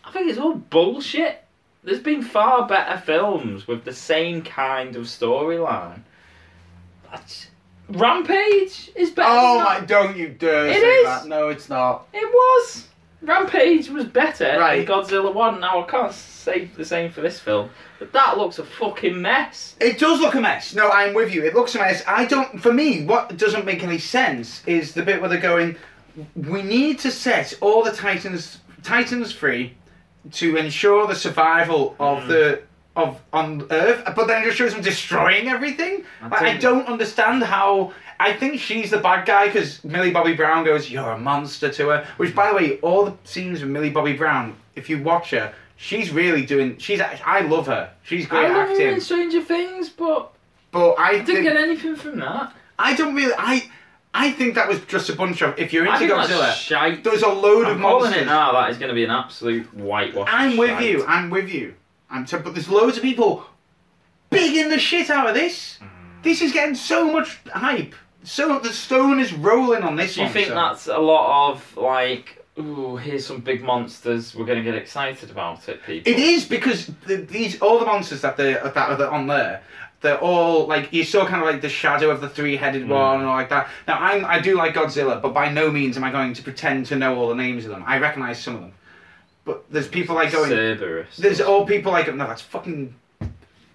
Speaker 1: I think it's all bullshit. There's been far better films with the same kind of storyline. That's- Rampage is better. than
Speaker 2: Oh
Speaker 1: that.
Speaker 2: my! Don't you dare
Speaker 1: It
Speaker 2: say
Speaker 1: is.
Speaker 2: that. No, it's not.
Speaker 1: It was. Rampage was better
Speaker 2: Right.
Speaker 1: than Godzilla 1. Now, I can't say the same for this film. But that looks a fucking mess.
Speaker 2: It does look a mess. No, I'm with you. It looks a mess. I don't. For me, what doesn't make any sense is the bit where they're going. We need to set all the titans titans free to ensure the survival of the of on Earth, but then it just shows them destroying everything.
Speaker 1: I
Speaker 2: Like, I
Speaker 1: don't-
Speaker 2: don't understand how. I think she's the bad guy because Millie Bobby Brown goes, "You're a monster" to her. Which, by the way, all the scenes with Millie Bobby Brown, if you watch her, she's really doing. She's. act- I love her. She's great
Speaker 1: I love
Speaker 2: acting.
Speaker 1: her in Stranger Things, but
Speaker 2: But I,
Speaker 1: I
Speaker 2: think
Speaker 1: didn't get anything from that.
Speaker 2: I don't really. I I think that was just a bunch of. If you're
Speaker 1: I
Speaker 2: into
Speaker 1: think that's
Speaker 2: Godzilla,
Speaker 1: shite.
Speaker 2: there's a load of
Speaker 1: I'm calling
Speaker 2: monsters.
Speaker 1: it now. That is going to be an absolute whitewash.
Speaker 2: I'm with
Speaker 1: shite.
Speaker 2: you. I'm with you. I'm. T- but there's loads of people bigging the shit out of this.
Speaker 1: Mm.
Speaker 2: This is getting so much hype. So the stone is rolling on this
Speaker 1: Do you
Speaker 2: one,
Speaker 1: think
Speaker 2: so-
Speaker 1: that's a lot of, like, ooh, here's some big monsters. We're going to get excited about it, people.
Speaker 2: It is because the, these all the monsters that they that are on there, they're all like you saw kind of like the shadow of the three-headed
Speaker 1: Hmm.
Speaker 2: one and all like that. Now I'm I do like Godzilla, but by no means am I going to pretend to know all the names of them. I recognise some of them, but there's people like going.
Speaker 1: Cerberus.
Speaker 2: There's all people like no, that's fucking,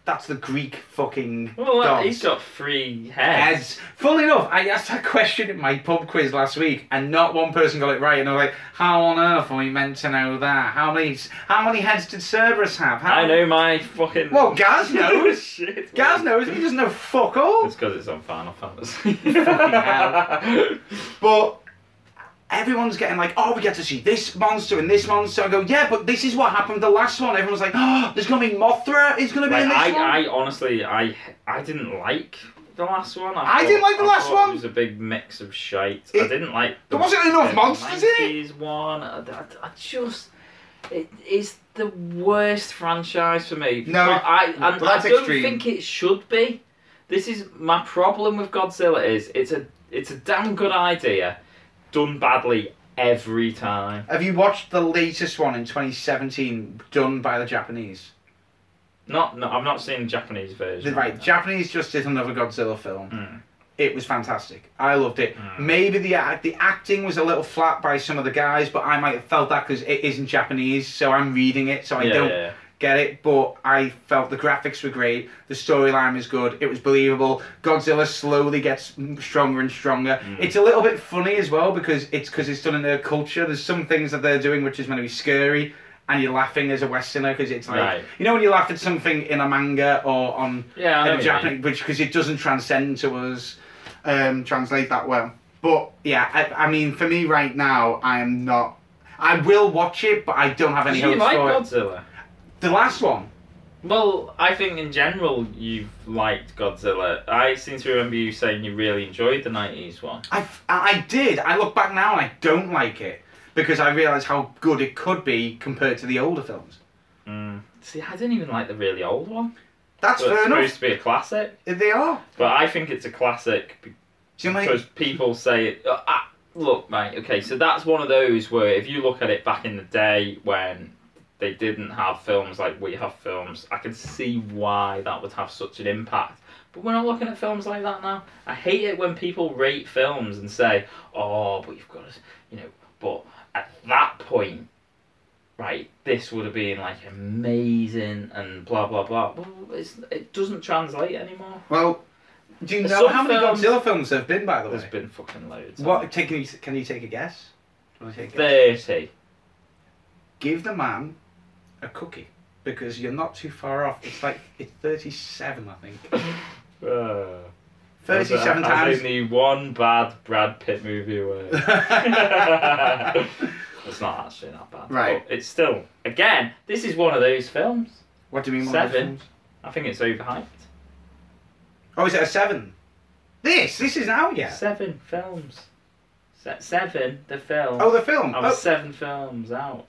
Speaker 2: that's the Greek fucking.
Speaker 1: Well,
Speaker 2: gods.
Speaker 1: he's got three heads.
Speaker 2: Heads. Funnily enough, I asked that question in my pub quiz last week, and not one person got it right. And I was like, "How on earth are we meant to know that? How many? How many heads did Cerberus have? How,
Speaker 1: I know my fucking.
Speaker 2: Well, Gaz knows.
Speaker 1: Shit.
Speaker 2: Gaz knows. He doesn't know fuck all.
Speaker 1: It's because it's on Final Fantasy.
Speaker 2: hell. But everyone's getting like, "Oh, we get to see this monster and this monster." I go, "Yeah, but this is what happened the last one." Everyone's like, "Oh, there's gonna be Mothra. It's gonna be
Speaker 1: Like,
Speaker 2: in this
Speaker 1: I,
Speaker 2: one."
Speaker 1: I honestly, I, I didn't like the last one. I,
Speaker 2: I
Speaker 1: thought-
Speaker 2: didn't like the
Speaker 1: I
Speaker 2: last
Speaker 1: thought
Speaker 2: one.
Speaker 1: It was a big mix of shite. I
Speaker 2: It-
Speaker 1: didn't like.
Speaker 2: there wasn't enough monsters in it.
Speaker 1: 90s One. I, I, I just. It is the worst franchise for me.
Speaker 2: No,
Speaker 1: But I, and
Speaker 2: but that's
Speaker 1: I don't
Speaker 2: extreme.
Speaker 1: think it should be. This is my problem with Godzilla. Is it's a it's a damn good idea, done badly every time.
Speaker 2: Have you watched the latest one in 2017 done by the Japanese?
Speaker 1: Not no, I've not seen the Japanese version.
Speaker 2: Right, Japanese just did another Godzilla film.
Speaker 1: Mm.
Speaker 2: It was fantastic. I loved it.
Speaker 1: Hmm.
Speaker 2: Maybe the act, the acting was a little flat by some of the guys, but I might have felt that because it isn't Japanese, so I'm reading it, so I
Speaker 1: Yeah,
Speaker 2: don't
Speaker 1: yeah, yeah.
Speaker 2: get it. But I felt the graphics were great, the storyline was good, it was believable. Godzilla slowly gets m- stronger and stronger.
Speaker 1: Hmm.
Speaker 2: It's a little bit funny as well because it's because it's done in their culture. There's some things that they're doing which is meant to be scary. And you're laughing as a Westerner because it's like
Speaker 1: Right.
Speaker 2: you know when you laugh at something in a manga or on
Speaker 1: Yeah, I know
Speaker 2: in
Speaker 1: what you
Speaker 2: Japanese,
Speaker 1: mean.
Speaker 2: which because it doesn't transcend to us, um, translate that well. But yeah, I, I mean, for me right now, I am not. I will watch it, but I don't have any
Speaker 1: Do you
Speaker 2: hopes
Speaker 1: like
Speaker 2: for it.
Speaker 1: Godzilla?
Speaker 2: The last one,
Speaker 1: Well, I think in general you've liked Godzilla. I seem to remember you saying you really enjoyed the '90s one.
Speaker 2: I, f- I- I did. I look back now and I don't like it because I realise how good it could be compared to the older films.
Speaker 1: Mm. See, I didn't even like the really old one.
Speaker 2: That's
Speaker 1: But it's
Speaker 2: fair
Speaker 1: supposed
Speaker 2: enough.
Speaker 1: to be a classic,
Speaker 2: They are.
Speaker 1: but I think it's a classic be-
Speaker 2: Do you know what I
Speaker 1: because
Speaker 2: mean?
Speaker 1: people say it. Uh, ah, look, mate. Okay, so that's one of those where if you look at it back in the day when they didn't have films like we have films, I can see why that would have such an impact. But we're not looking at films like that now. I hate it when people rate films and say, "Oh, but you've got to," you know. But at that point, right, this would have been like amazing and blah blah blah. Well, it's, it doesn't translate anymore.
Speaker 2: Well, do you
Speaker 1: Some
Speaker 2: know how many
Speaker 1: films-
Speaker 2: Godzilla films there have been by the
Speaker 1: There's
Speaker 2: way?
Speaker 1: been fucking loads.
Speaker 2: What take, can you can you take a guess? Do you wanna take a guess?
Speaker 1: Thirty.
Speaker 2: Give the man a cookie. because you're not too far off. It's like it's 37, I think.
Speaker 1: Uh,
Speaker 2: 37
Speaker 1: I was
Speaker 2: times.
Speaker 1: only one bad Brad Pitt movie away. it's not actually that bad.
Speaker 2: Right.
Speaker 1: but it's still again. This is one of those films.
Speaker 2: What do you mean? one of those
Speaker 1: Seven.
Speaker 2: ones?
Speaker 1: I think it's overhyped.
Speaker 2: Oh, is it a seven? This, this is out yet.
Speaker 1: Seven films. Se- seven. The film.
Speaker 2: Oh, the film.
Speaker 1: I
Speaker 2: Oh,
Speaker 1: was seven films out.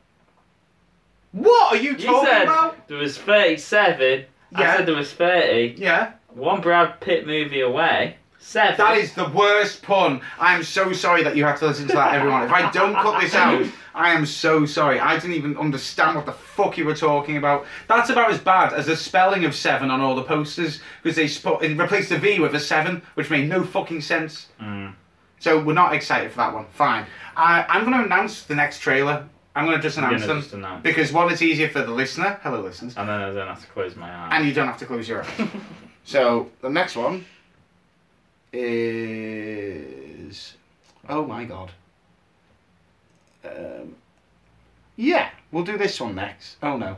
Speaker 2: what are you
Speaker 1: You
Speaker 2: talking
Speaker 1: said
Speaker 2: about?
Speaker 1: there was thirty-seven.
Speaker 2: Yeah.
Speaker 1: I said there was thirty.
Speaker 2: Yeah,
Speaker 1: One Brad Pitt movie away. Seven.
Speaker 2: that is the worst pun. I am so sorry that you had to listen to that, everyone. If I don't cut this out, I am so sorry. I didn't even understand what the fuck you were talking about. That's about as bad as the spelling of seven on all the posters because they spot it replaced the V with a seven, which made no fucking sense.
Speaker 1: Mm.
Speaker 2: So we're not excited for that one. Fine. I, I'm going to announce the next trailer. I'm going to just announce
Speaker 1: gonna
Speaker 2: them
Speaker 1: just announce.
Speaker 2: because one, it's easier for the listener. Hello, listeners.
Speaker 1: And then I don't have to close my eyes.
Speaker 2: and you don't have to close your eyes. so the next one is oh my god. Um, yeah, we'll do this one next. Oh no.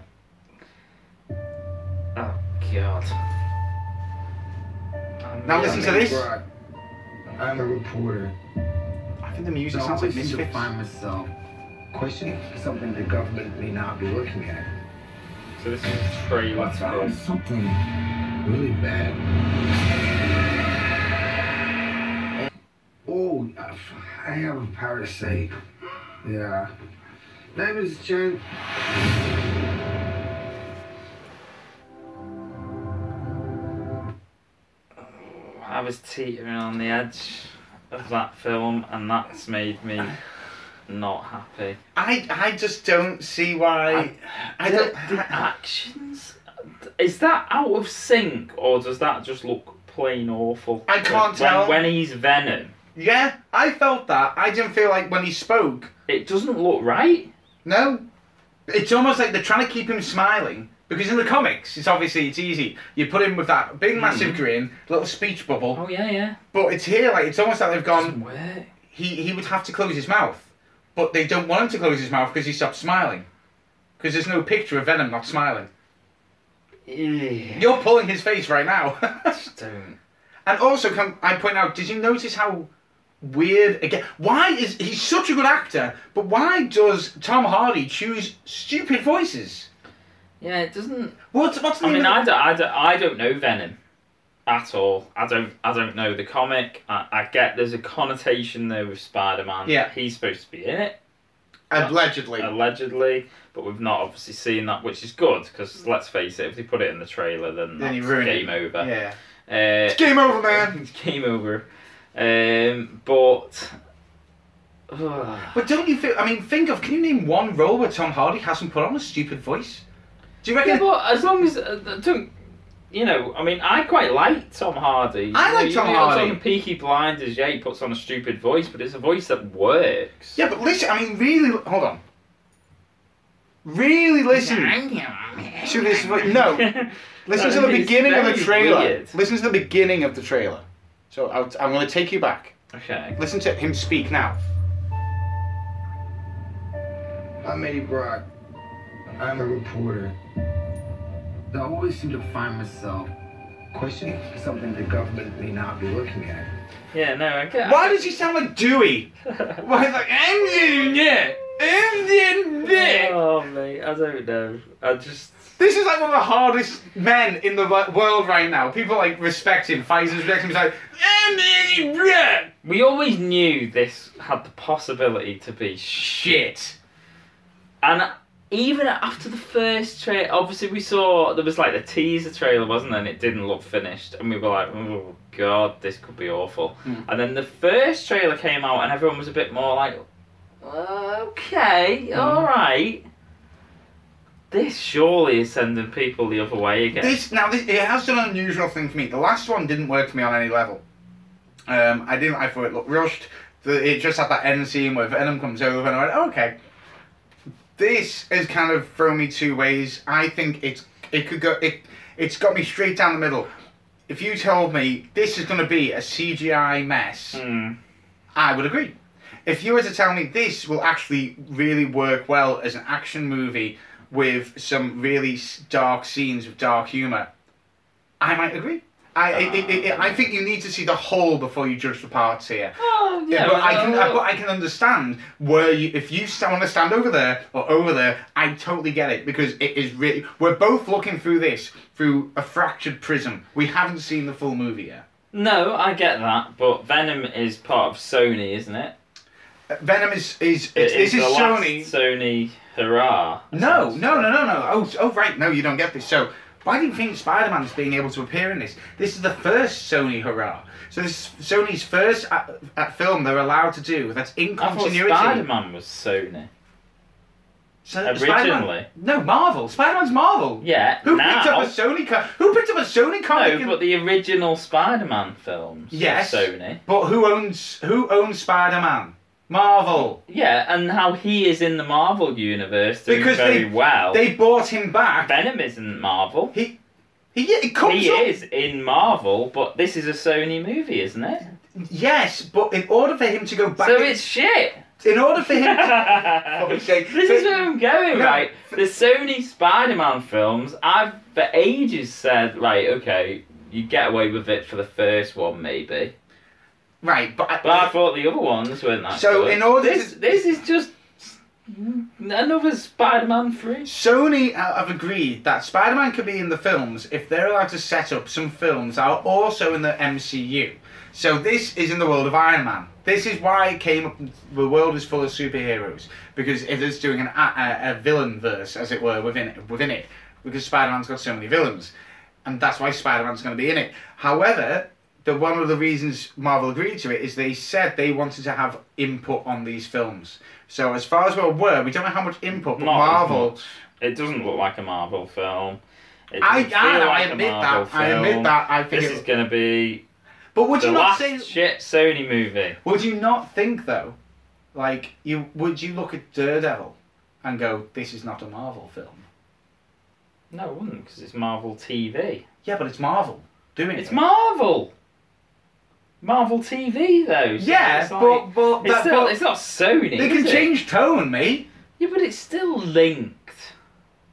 Speaker 1: Oh God. I'm yawning.
Speaker 2: Now listen to this.
Speaker 5: I'm a reporter.
Speaker 2: I think the music
Speaker 5: Don't
Speaker 2: sounds like
Speaker 5: seem to
Speaker 2: Misfits.
Speaker 5: find myself questioning something the government may not be looking at.
Speaker 1: So this is a trailer.
Speaker 5: I found
Speaker 1: for-
Speaker 5: something really bad. And- Oh, I have a power to say. Yeah. Name is Jen.
Speaker 1: I was teetering on the edge of that film, and that's made me not happy.
Speaker 2: I I just don't see why. I, don't.
Speaker 1: the, the actions. Is that out of sync, or does that just look plain awful?
Speaker 2: I can't
Speaker 1: When-
Speaker 2: tell.
Speaker 1: When he's Venom,
Speaker 2: yeah, I felt that. I didn't feel like when he spoke.
Speaker 1: it doesn't look right.
Speaker 2: No. It's almost like they're trying to keep him smiling. Because in the comics, it's obviously it's easy. You put him with that big massive grin, little speech bubble,
Speaker 1: Oh yeah, yeah.
Speaker 2: But it's here, like it's almost like they've gone.
Speaker 1: Doesn't work.
Speaker 2: He he would have to close his mouth, but they don't want him to close his mouth because he stopped smiling. Because there's no picture of Venom not smiling.
Speaker 1: Yeah.
Speaker 2: You're pulling his face right now.
Speaker 1: Just don't.
Speaker 2: and also, can I point out? Did you notice how weird again? Why is he's such a good actor, but why does Tom Hardy choose stupid voices?
Speaker 1: Yeah, it doesn't.
Speaker 2: What's what's the
Speaker 1: I mean,
Speaker 2: name of-
Speaker 1: I don't, I, don't, I don't know Venom at all. I don't I don't know the comic. I, I get there's a connotation there with Spider Man.
Speaker 2: Yeah.
Speaker 1: He's supposed to be in it,
Speaker 2: allegedly?
Speaker 1: allegedly, but we've not obviously seen that, which is good, because let's face it, if they put it in the trailer, then,
Speaker 2: Then you
Speaker 1: that's
Speaker 2: ruin it.
Speaker 1: game over.
Speaker 2: yeah.
Speaker 1: Uh,
Speaker 2: It's game over, man.
Speaker 1: it's game over. Um, but. oh, ugh,
Speaker 2: But don't you feel? I mean, think of. Can you name one role where Tom Hardy hasn't put on a stupid voice? Do you reckon?
Speaker 1: yeah, but as long as. Uh, don't, you know, I mean, I quite like Tom Hardy.
Speaker 2: I like
Speaker 1: you
Speaker 2: Tom
Speaker 1: know, you know,
Speaker 2: Hardy.
Speaker 1: On Peaky Blinders, yeah, he puts on a stupid voice, but it's a voice that works.
Speaker 2: Yeah, but listen, I mean, really, hold on. Really listen to this. vo- No, listen to the
Speaker 1: It's
Speaker 2: beginning of the
Speaker 1: very
Speaker 2: trailer.
Speaker 1: weird.
Speaker 2: Listen to the beginning of the trailer. So I'll, I'm going to take you back.
Speaker 1: Okay.
Speaker 2: Listen to him speak now.
Speaker 5: I'm Eddie Brock. I'm a reporter. I always seem to find myself questioning something the government may not be looking at.
Speaker 1: Yeah, no, I get
Speaker 2: Why does he sound like Dewey?
Speaker 1: it?
Speaker 2: Why like I'm doing it. I'm doing it."
Speaker 1: Oh, mate, I don't know. I just.
Speaker 2: This is like one of the hardest men in the wo- world right now. People like respect him, fights and respect him. He's like, I'm Eddie Brock."
Speaker 1: We always knew this had the possibility to be shit.
Speaker 2: Shit.
Speaker 1: And even after the first trailer, obviously we saw there was like the teaser trailer, wasn't there? And it didn't look finished, and we were like, "Oh God, this could be awful."
Speaker 2: Mm.
Speaker 1: And then the first trailer came out, and everyone was a bit more like,
Speaker 2: Hmm.
Speaker 1: "Okay, all right." This surely is sending people the other way again.
Speaker 2: This now this, it has done an unusual thing for me. The last one didn't work for me on any level. Um, I didn't. I thought it looked rushed. The, it just had that end scene where Venom comes over, and I went, "Oh, okay. This has kind of thrown me two ways. I think it's it could go. It it's got me straight down the middle. If you told me this is going to be a CGI mess,
Speaker 1: Hmm.
Speaker 2: I would agree. If you were to tell me this will actually really work well as an action movie with some really s- dark scenes with dark humor, I might agree. I, I- I- I- I think you need to see the whole before you judge the parts here.
Speaker 1: Oh,
Speaker 2: Yeah, but I can,
Speaker 1: well,
Speaker 2: but I can understand where you, if you want to stand over there or over there, I totally get it because it is really. We're both looking through this through a fractured prism. We haven't seen the full movie yet.
Speaker 1: No, I get that, but Venom is part of Sony, isn't it?
Speaker 2: Uh, Venom is is,
Speaker 1: It
Speaker 2: it's, this is
Speaker 1: the last
Speaker 2: Sony.
Speaker 1: Sony, hurrah.
Speaker 2: No, no, no, no, no. Oh, oh, right. No, you don't get this. So, why do you think Spider Man's being able to appear in this? This is the first Sony hurrah. So this is Sony's first uh uh film they're allowed to do. That's in
Speaker 1: I thought
Speaker 2: continuity.
Speaker 1: Spider Man was Sony.
Speaker 2: So,
Speaker 1: Originally.
Speaker 2: Spider-Man, no, Marvel. Spider Man's Marvel.
Speaker 1: Yeah,
Speaker 2: Who
Speaker 1: now.
Speaker 2: picked up a Sony? Co- who picked up a Sony comic?
Speaker 1: no,
Speaker 2: and-
Speaker 1: but the original Spider Man films. were
Speaker 2: Yes.
Speaker 1: Sony.
Speaker 2: but who owns who owns Spider Man? Marvel.
Speaker 1: Yeah, and how he is in the Marvel universe doing
Speaker 2: Because
Speaker 1: very
Speaker 2: they-
Speaker 1: well.
Speaker 2: They bought him back.
Speaker 1: Venom isn't Marvel.
Speaker 2: he he, yeah, it comes
Speaker 1: He
Speaker 2: up.
Speaker 1: is in Marvel, but this is a Sony movie, isn't it?
Speaker 2: Yes, but in order for him to go back,
Speaker 1: so it's shit.
Speaker 2: in order for him. To,
Speaker 1: this
Speaker 2: sake.
Speaker 1: is where I'm going,
Speaker 2: No.
Speaker 1: right? The Sony Spider-Man films, I've for ages said, right, okay, you get away with it for the first one, maybe.
Speaker 2: right, but, I-
Speaker 1: But I thought the other ones weren't that
Speaker 2: So,
Speaker 1: good.
Speaker 2: in order
Speaker 1: this,
Speaker 2: to-
Speaker 1: this is just another Spider-Man three.
Speaker 2: Sony uh, have agreed that Spider Man can be in the films if they're allowed to set up some films that are also in the MCU. So this is in the world of Iron Man. This is why it came up. The world is full of superheroes because it is doing an, a, a villain verse, as it were, within it, within it. Because Spider Man's got so many villains, and that's why Spider Man's going to be in it. However, the one of the reasons Marvel agreed to it is they said they wanted to have input on these films. So as far as we're aware, we don't know how much input, but
Speaker 1: Not as
Speaker 2: Marvel.
Speaker 1: much. It doesn't look like a Marvel film. It
Speaker 2: I,
Speaker 1: doesn't
Speaker 2: I,
Speaker 1: feel
Speaker 2: know, I
Speaker 1: like a
Speaker 2: admit
Speaker 1: Marvel
Speaker 2: that. I admit
Speaker 1: film.
Speaker 2: that. I think.
Speaker 1: This
Speaker 2: it-
Speaker 1: is going to be
Speaker 2: but would
Speaker 1: the
Speaker 2: you not
Speaker 1: last
Speaker 2: say?
Speaker 1: shit Sony movie.
Speaker 2: Would you not think though? Like you, would you look at Daredevil and go, "This is not a Marvel film"?
Speaker 1: No, it wouldn't, because it's Marvel TV.
Speaker 2: Yeah, but it's Marvel doing
Speaker 1: It's
Speaker 2: it.
Speaker 1: Marvel. Marvel TV though. so
Speaker 2: Yeah,
Speaker 1: it's like-
Speaker 2: but but,
Speaker 1: it's,
Speaker 2: that-
Speaker 1: still,
Speaker 2: but
Speaker 1: it's not Sony.
Speaker 2: they
Speaker 1: is
Speaker 2: can
Speaker 1: it?
Speaker 2: change tone, mate.
Speaker 1: Yeah, but it's still linked.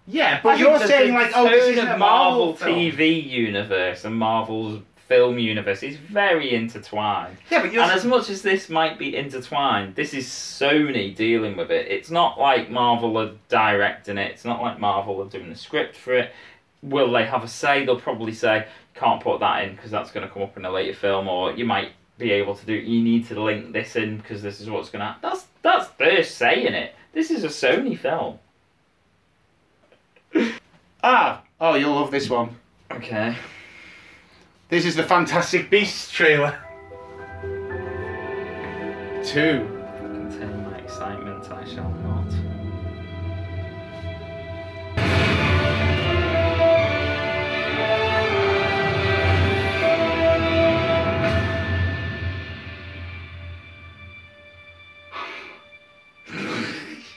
Speaker 2: Yeah,
Speaker 1: I
Speaker 2: but
Speaker 1: think
Speaker 2: you're
Speaker 1: the-
Speaker 2: saying
Speaker 1: the
Speaker 2: like, "Oh, this
Speaker 1: tone
Speaker 2: isn't
Speaker 1: of
Speaker 2: a Marvel, film.
Speaker 1: TV universe and Marvel's film universe is very intertwined.
Speaker 2: Yeah, but you're.
Speaker 1: and as much as this might be intertwined, this is Sony dealing with it. It's not like Marvel are directing it. It's not like Marvel are doing the script for it. Will they have a say? They'll probably say, can't put that in because that's going to come up in a later film, or you might be able to do. You need to link this in because this is what's going to. happen. That's that's their say in it. This is a Sony film.
Speaker 2: ah, oh, you'll love this one.
Speaker 1: Okay.
Speaker 2: This is the Fantastic Beasts trailer. Two.
Speaker 1: Contain my excitement. I shall not.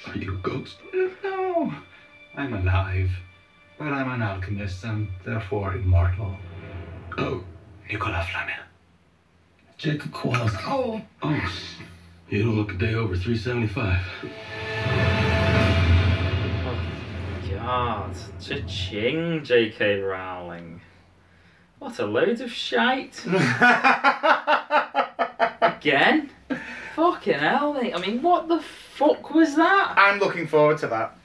Speaker 5: Are you a ghost?
Speaker 2: No.
Speaker 5: I'm alive, but I'm an alchemist and therefore immortal. Oh, Nicolas Flamel. Jacob Kowalski. Oh. Oh, you don't look a day over 375.
Speaker 1: God, cha-ching, J.K. Rowling. What a load of shite.
Speaker 2: I'm
Speaker 1: Again? Fucking hell, mate. I mean, what the fuck was that?
Speaker 2: looking forward to that.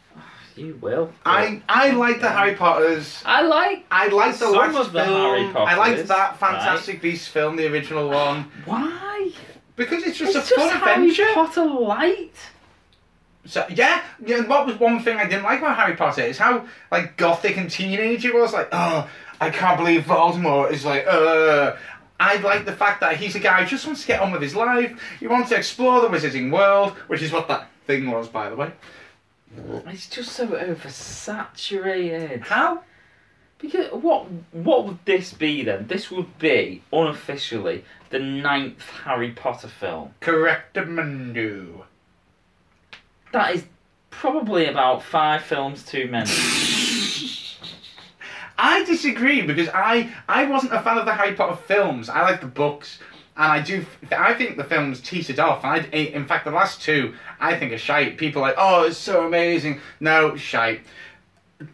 Speaker 1: You will.
Speaker 2: I I like the Harry Potter's.
Speaker 1: I like.
Speaker 2: I like the
Speaker 1: Some
Speaker 2: last
Speaker 1: of the Harry
Speaker 2: film. I liked
Speaker 1: Potters,
Speaker 2: that Fantastic Beasts film, the original one,
Speaker 1: Why?
Speaker 2: because it's just
Speaker 1: It's,
Speaker 2: a
Speaker 1: just
Speaker 2: fun
Speaker 1: Harry
Speaker 2: adventure.
Speaker 1: Potter light.
Speaker 2: so yeah, yeah. and What was one thing I didn't like about Harry Potter is how like gothic and teenage it was. Like, oh, I can't believe Voldemort is like, uh. I like the fact that he's a guy who just wants to get on with his life. He wants to explore the wizarding world, which is what that thing was, by the way.
Speaker 1: It's just so oversaturated.
Speaker 2: How?
Speaker 1: Because what what would this be then? This would be unofficially the ninth Harry Potter film.
Speaker 2: Correctamundo.
Speaker 1: That is probably about five films too many.
Speaker 2: I disagree because I I wasn't a fan of the Harry Potter films. I like the books, and I do. I think the films teetered off. And I, in fact, the last two I think are shite. People are like, oh, it's so amazing. No, shite.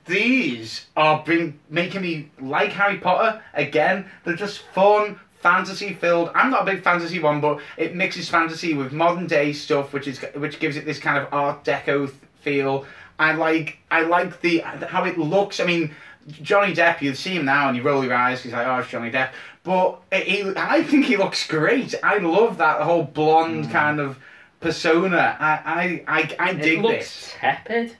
Speaker 2: these are been making me like Harry Potter again. They're just fun, fantasy filled. I'm not a big fantasy one, but it mixes fantasy with modern day stuff, which is which gives it this kind of Art Deco th- feel. I like I like the how it looks. I mean, Johnny Depp. You see him now, and you roll your eyes. He's like, oh, it's Johnny Depp. But he, I think he looks great. I love that whole blonde kind of persona. I I I, I dig
Speaker 1: Hmm. it looks
Speaker 2: this.
Speaker 1: tepid.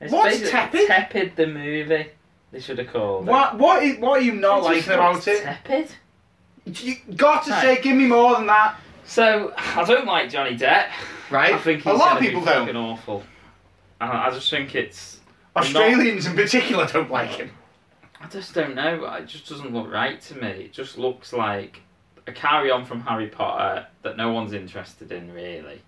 Speaker 1: It's
Speaker 2: What's
Speaker 1: basically
Speaker 2: tepid?
Speaker 1: Tepid the movie. They should have called it.
Speaker 2: What what is, what are you
Speaker 1: It
Speaker 2: not
Speaker 1: just
Speaker 2: liking about
Speaker 1: looks
Speaker 2: it?
Speaker 1: Tepid.
Speaker 2: You got to
Speaker 1: Right.
Speaker 2: say, give me more than that,
Speaker 1: So I don't like Johnny Depp.
Speaker 2: right?
Speaker 1: I think
Speaker 2: a
Speaker 1: he's
Speaker 2: lot
Speaker 1: gonna
Speaker 2: of
Speaker 1: be
Speaker 2: people
Speaker 1: Fucking
Speaker 2: don't.
Speaker 1: awful. I, I just think it's.
Speaker 2: Australians in particular don't like him.
Speaker 1: I just don't know. It just doesn't look right to me. It just looks like a carry on from Harry Potter that no one's interested in really.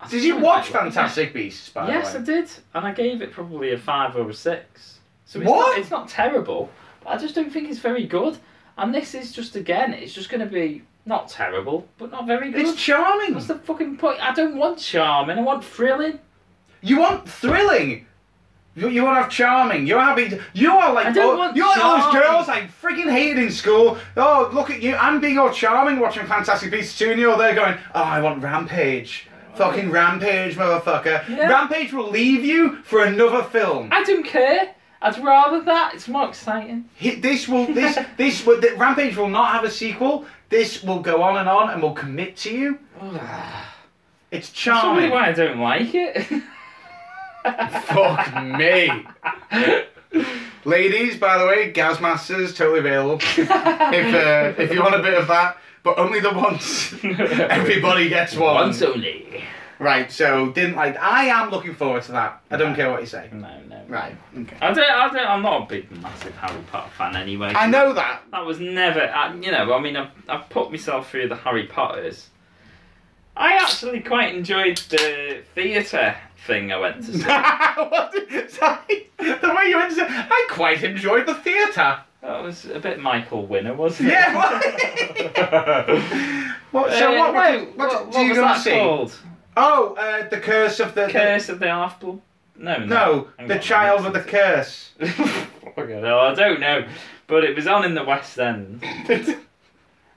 Speaker 1: I
Speaker 2: Did
Speaker 1: just
Speaker 2: you
Speaker 1: don't like
Speaker 2: watch
Speaker 1: it.
Speaker 2: Fantastic Beasts? By
Speaker 1: Yes,
Speaker 2: the
Speaker 1: I
Speaker 2: way,
Speaker 1: did, and I gave it probably a five or a six. So it's
Speaker 2: What?
Speaker 1: Not, it's not terrible, but I just don't think it's very good. And this is just again, it's just going to be not terrible, but not very good.
Speaker 2: it's charming.
Speaker 1: What's the fucking point? I don't want charming. I want thrilling.
Speaker 2: You want thrilling. You, you want to have charming. You're happy. To, you are like
Speaker 1: I don't
Speaker 2: oh,
Speaker 1: want
Speaker 2: you're like all those
Speaker 1: charming.
Speaker 2: girls I freaking hated in school. Oh look at you! I'm being all charming watching Fantastic Beasts two, and you're there going, "Oh, I want Rampage." Fucking rampage, motherfucker!
Speaker 1: Yeah.
Speaker 2: Rampage will leave you for another film.
Speaker 1: I don't care. I'd rather that. It's more exciting.
Speaker 2: He- this will this this will, the, Rampage will not have a sequel. This will go on and on and will commit to you. It's
Speaker 1: That's probably
Speaker 2: charming.
Speaker 1: why I don't like it.
Speaker 2: Fuck me. Ladies, by the way, Gaz Masters totally available. if uh, if you want a bit of that, but only the once. Everybody gets one.
Speaker 1: Once only.
Speaker 2: Right. So didn't like. I am looking forward to that. I don't care what you say.
Speaker 1: No, no.
Speaker 2: Right. Okay.
Speaker 1: I don't, I don't, I'm not a big, massive Harry Potter fan anyway.
Speaker 2: I know that.
Speaker 1: That was never, I, you know, I mean, I've, I've put myself through the Harry Potters. I actually quite enjoyed the theatre thing I went to see. that
Speaker 2: What did- sorry. the way you went to say, I quite enjoyed the theatre.
Speaker 1: was a bit Michael Winner, wasn't
Speaker 2: Yeah.
Speaker 1: it?
Speaker 2: What?
Speaker 1: Yeah.
Speaker 2: What- so what? What,
Speaker 1: no,
Speaker 2: what,
Speaker 1: Uh, what,
Speaker 2: do you
Speaker 1: was
Speaker 2: go and
Speaker 1: that
Speaker 2: see?
Speaker 1: called?
Speaker 2: Oh, uh, the curse of the, the-
Speaker 1: Curse of the Half Blood? No, no.
Speaker 2: no,
Speaker 1: Hang
Speaker 2: the
Speaker 1: on.
Speaker 2: child with the curse.
Speaker 1: Okay, no, I don't know, but it was on in the West End,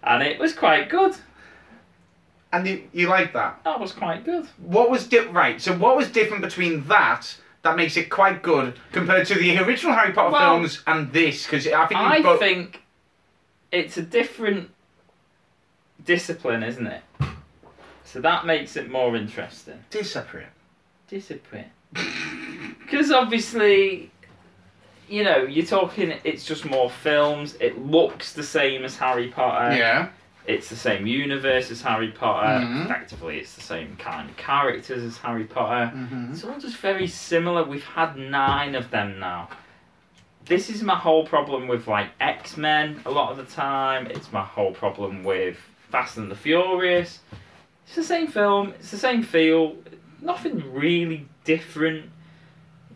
Speaker 1: and it was quite good.
Speaker 2: and you, you like that?
Speaker 1: That was quite good.
Speaker 2: What was di- right? So what was different between that that makes it quite good compared to the original Harry Potter
Speaker 1: Well,
Speaker 2: films and this? Because I think
Speaker 1: I
Speaker 2: you both,
Speaker 1: think it's a different discipline, isn't it? So that makes it more interesting.
Speaker 2: disappear.
Speaker 1: Discipline. Because obviously, you know, you're talking, it's just more films, it looks the same as Harry Potter.
Speaker 2: Yeah.
Speaker 1: it's the same universe as Harry Potter.
Speaker 2: Mhm.
Speaker 1: Effectively, it's the same kind of characters as Harry Potter.
Speaker 2: Mm-hmm.
Speaker 1: It's all just very similar. We've had nine of them now. This is my whole problem with like X Men a lot of the time. It's my whole problem with Fast and the Furious. It's the same film. It's the same feel. Nothing really different.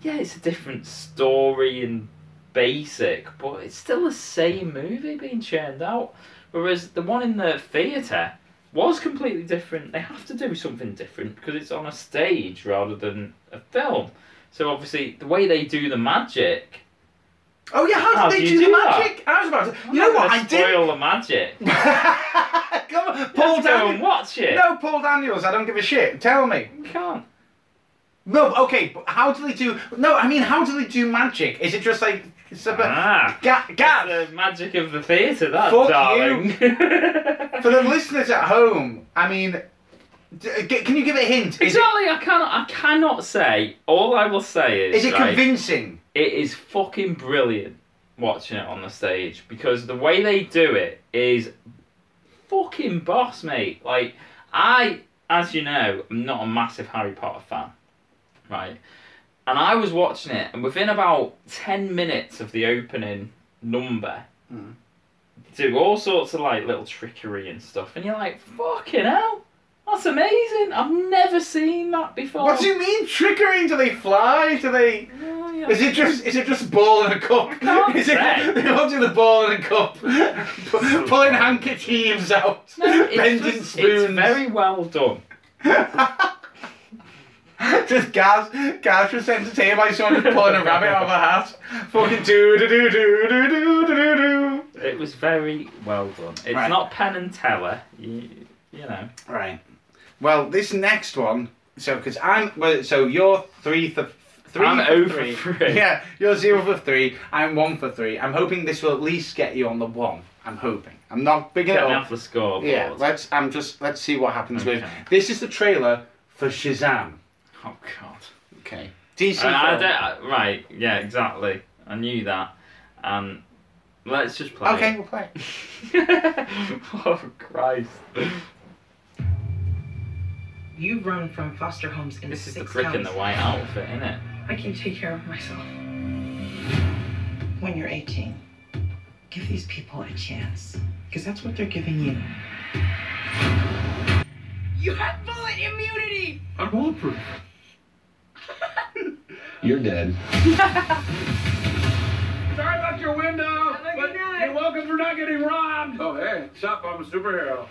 Speaker 1: Yeah, it's a different story and basic, but it's still the same movie being churned out. Whereas the one in the theatre was completely different. They have to do something different because it's on a stage rather than a film. So obviously the way they do the magic,
Speaker 2: Oh yeah. How did
Speaker 1: How
Speaker 2: they
Speaker 1: do
Speaker 2: do,
Speaker 1: you
Speaker 2: the
Speaker 1: do that?
Speaker 2: magic? I was about to.
Speaker 1: I'm
Speaker 2: you
Speaker 1: not
Speaker 2: know what?
Speaker 1: gonna
Speaker 2: I did.
Speaker 1: spoil the magic. You
Speaker 2: Come on, Paul
Speaker 1: have to go and
Speaker 2: Daniels.
Speaker 1: watch it.
Speaker 2: No, Paul Daniels. I don't give a shit. Tell me.
Speaker 1: you can't.
Speaker 2: No, okay, but how do they do? No, I mean, how do they do magic? Is it just like it's a
Speaker 1: Ah,
Speaker 2: Ga- Gav,
Speaker 1: the magic of the theatre, that
Speaker 2: Fuck
Speaker 1: darling.
Speaker 2: for the listeners at home, I mean, d- uh, g- can you give a hint? Is it,
Speaker 1: Exactly, I cannot. I cannot say. All I will say is,
Speaker 2: is it
Speaker 1: right,
Speaker 2: convincing?
Speaker 1: it is fucking brilliant watching it on the stage because the way they do it is fucking boss, mate. Like I, as you know, I'm not a massive Harry Potter fan, right? And I was watching it, and within about ten minutes of the opening number,
Speaker 2: Mm.
Speaker 1: they do all sorts of like little trickery and stuff, and you're like, fucking hell. That's amazing! I've never seen that before.
Speaker 2: What do you mean trickery? Do they fly? Do they?
Speaker 1: Oh, yeah.
Speaker 2: Is it just? Is it just ball in a cup?
Speaker 1: can't
Speaker 2: Is it?
Speaker 1: say.
Speaker 2: They all do the ball in a cup, Pu- pulling handkerchiefs out,
Speaker 1: No, it's
Speaker 2: bending
Speaker 1: just-
Speaker 2: spoons.
Speaker 1: It's very well done.
Speaker 2: just Gaz, Gaz was entertained by someone just pulling a rabbit out of a hat. Fucking do do do do do do do do.
Speaker 1: It was very well done. It's
Speaker 2: Right.
Speaker 1: not Penn and Teller, you, you know.
Speaker 2: Right. Well, this next one. So, because I'm well, so you're three for three.
Speaker 1: I'm
Speaker 2: for
Speaker 1: oh for
Speaker 2: three.
Speaker 1: three.
Speaker 2: Yeah, you're zero for three. I'm one for three. I'm hoping this will at least get you on the one. I'm hoping. I'm not big
Speaker 1: Get
Speaker 2: enough.
Speaker 1: me off the scoreboard. Oh,
Speaker 2: Yeah, let's. I'm just. Let's see what happens with.
Speaker 1: Okay.
Speaker 2: This is the trailer for Shazam.
Speaker 1: Oh God.
Speaker 2: Okay. DC.
Speaker 1: And Uh, I
Speaker 2: film.
Speaker 1: don't- right. Yeah. Exactly. I knew that. Um, let's just play.
Speaker 2: okay,
Speaker 1: it.
Speaker 2: we'll play.
Speaker 1: oh Christ.
Speaker 6: You run from foster homes in
Speaker 1: This is the
Speaker 6: six
Speaker 1: brick in
Speaker 6: counties.
Speaker 1: the white outfit, isn't it?
Speaker 6: I can take care of myself. When you're 18, give these people a chance. Because that's what they're giving you. You have bullet immunity!
Speaker 5: I'm bulletproof. You're dead. Sorry about your window. but you're welcome for not getting robbed. Oh hey, stop! I'm a superhero.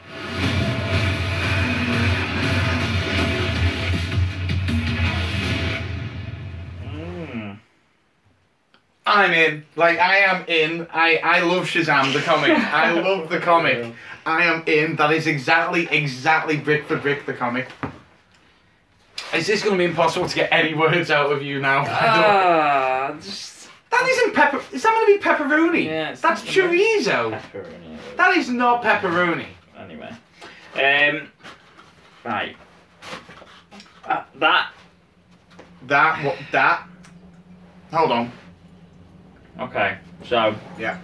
Speaker 1: Mm.
Speaker 2: I'm in. Like I am in. I I love Shazam the comic. I love the comic. I am in. That is exactly exactly brick for brick the comic. Is this going to be impossible to get any words out of you now? Uh,
Speaker 1: Ah, just
Speaker 2: that isn't pepper. Is that going to be pepperoni?
Speaker 1: Yeah, it's
Speaker 2: That's
Speaker 1: something like-
Speaker 2: chorizo.
Speaker 1: pepperoni.
Speaker 2: That is not pepperoni.
Speaker 1: Anyway, um, right. Uh, that.
Speaker 2: That what that. Hold on.
Speaker 1: Okay. So
Speaker 2: Yeah.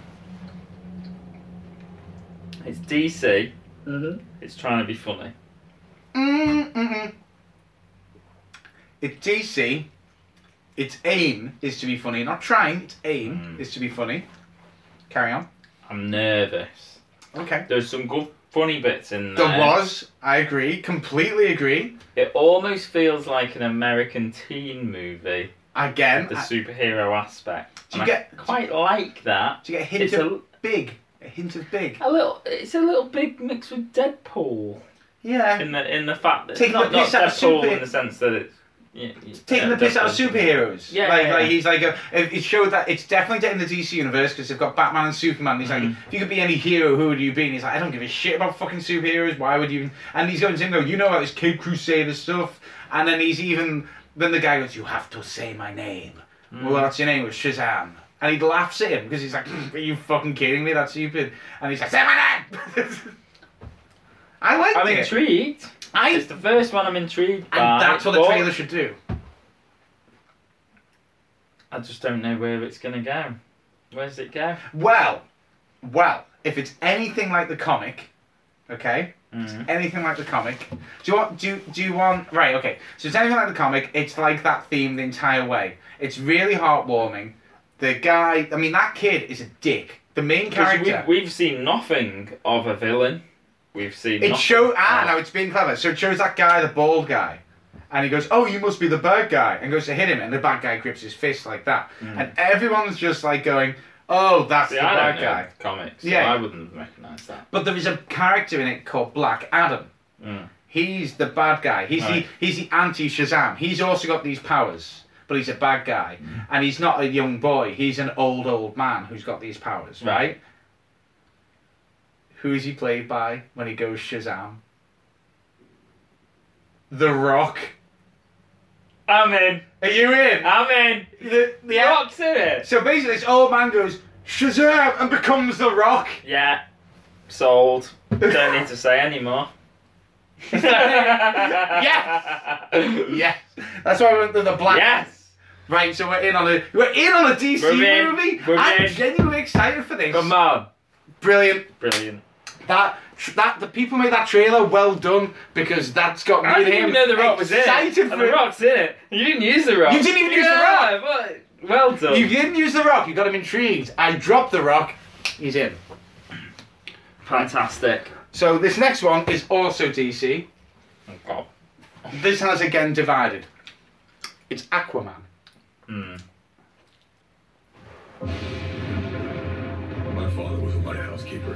Speaker 1: it's DC.
Speaker 2: Mm-hmm.
Speaker 1: It's trying to be funny.
Speaker 2: Mm-mm-mm. Mm, It's DC. Its aim is to be funny. Not trying. Its aim
Speaker 1: Mm.
Speaker 2: is to be funny. Carry on.
Speaker 1: I'm nervous.
Speaker 2: Okay.
Speaker 1: There's some good funny bits in there.
Speaker 2: There was. I agree. Completely agree.
Speaker 1: It almost feels like an American teen movie,
Speaker 2: Again.
Speaker 1: the
Speaker 2: I-
Speaker 1: superhero aspect.
Speaker 2: Do you
Speaker 1: And
Speaker 2: get-
Speaker 1: I quite like that.
Speaker 2: do you get a hint
Speaker 1: It's
Speaker 2: of
Speaker 1: a,
Speaker 2: big? A hint of big.
Speaker 1: a little. It's a little big mixed with Deadpool
Speaker 2: Yeah.
Speaker 1: in the in the fact that
Speaker 2: Taking
Speaker 1: not,
Speaker 2: the piss
Speaker 1: not
Speaker 2: out of
Speaker 1: Deadpool
Speaker 2: super-
Speaker 1: in the sense that it's yeah, yeah,
Speaker 2: Taking the piss out of
Speaker 1: Deadpool.
Speaker 2: superheroes.
Speaker 1: Yeah,
Speaker 2: like,
Speaker 1: yeah,
Speaker 2: like
Speaker 1: yeah.
Speaker 2: he's like a, it it showed that it's definitely in the DC universe because they've got Batman and Superman. He's like,
Speaker 1: Mhm.
Speaker 2: if you could be any hero, who would you be? And he's like, I don't give a shit about fucking superheroes. Why would you? And he's going to him, go, you know about this Cape Crusader stuff. And then he's even then the guy goes, you have to say my name.
Speaker 1: Mm.
Speaker 2: Well, that's your name was Shazam. And he laughs at him because he's like, are you fucking kidding me? That's stupid. And he's like, say my name. I liked
Speaker 1: I'm
Speaker 2: it.
Speaker 1: intrigued.
Speaker 2: I
Speaker 1: It's the first one I'm intrigued by.
Speaker 2: and that's what the
Speaker 1: but
Speaker 2: trailer should do.
Speaker 1: I just don't know where it's gonna go. Where's it go?
Speaker 2: Well, well, if it's anything like the comic, okay,
Speaker 1: Mhm.
Speaker 2: anything like the comic. Do you want? Do do you want? Right, okay. So it's anything like the comic. It's like that theme the entire way. It's really heartwarming. The guy, I mean, that kid is a dick. The main
Speaker 1: Because
Speaker 2: character.
Speaker 1: We, we've seen nothing of a villain. We've seen.
Speaker 2: it
Speaker 1: nothing
Speaker 2: showed. Ah,
Speaker 1: of-
Speaker 2: now it's being clever. So it shows that guy, the bald guy. And he goes, "Oh, you must be the bad guy," and goes to hit him, and the bad guy grips his fist like that, and everyone's just like going, "Oh, that's
Speaker 1: Mm. See,
Speaker 2: the
Speaker 1: I
Speaker 2: bad
Speaker 1: don't know
Speaker 2: guy."
Speaker 1: comics, so
Speaker 2: Yeah.
Speaker 1: I wouldn't recognise that.
Speaker 2: But there is a character in it called Black Adam.
Speaker 1: Mm.
Speaker 2: He's the bad guy. He's
Speaker 1: Right.
Speaker 2: the he's the anti Shazam. He's also got these powers, but he's a bad guy,
Speaker 1: Mm.
Speaker 2: and he's not a young boy. He's an old old man who's got these powers,
Speaker 1: Right.
Speaker 2: right? Who is he played by when he goes Shazam? The Rock.
Speaker 1: I'm in.
Speaker 2: Are you in?
Speaker 1: I'm in.
Speaker 2: The- the-
Speaker 1: Yeah. Rock's in it.
Speaker 2: So basically, this old man goes Shazam and becomes the Rock.
Speaker 1: Yeah. Sold. Don't need to say anymore.
Speaker 2: Yes! Yes, that's why we went to the Black.
Speaker 1: Yes.
Speaker 2: Right, so we're in on a we're in on a DC
Speaker 1: We're in.
Speaker 2: movie.
Speaker 1: We're
Speaker 2: I'm
Speaker 1: in.
Speaker 2: genuinely excited for this.
Speaker 1: Come on.
Speaker 2: Brilliant.
Speaker 1: Brilliant.
Speaker 2: That that the people made that trailer. Well done because that's got me
Speaker 1: I
Speaker 2: and
Speaker 1: didn't
Speaker 2: him
Speaker 1: even know the rock was in it.
Speaker 2: excited
Speaker 1: And
Speaker 2: for
Speaker 1: the
Speaker 2: it.
Speaker 1: rock's in it. You didn't use the rock.
Speaker 2: You didn't even use the
Speaker 1: Yeah, but- well done.
Speaker 2: You didn't use the rock. You got him intrigued. I dropped the rock. He's in.
Speaker 1: Fantastic.
Speaker 2: So this next one is also DC.
Speaker 1: Oh, God.
Speaker 2: This has again divided. It's Aquaman.
Speaker 1: Mm.
Speaker 5: My father was a lighthouse keeper.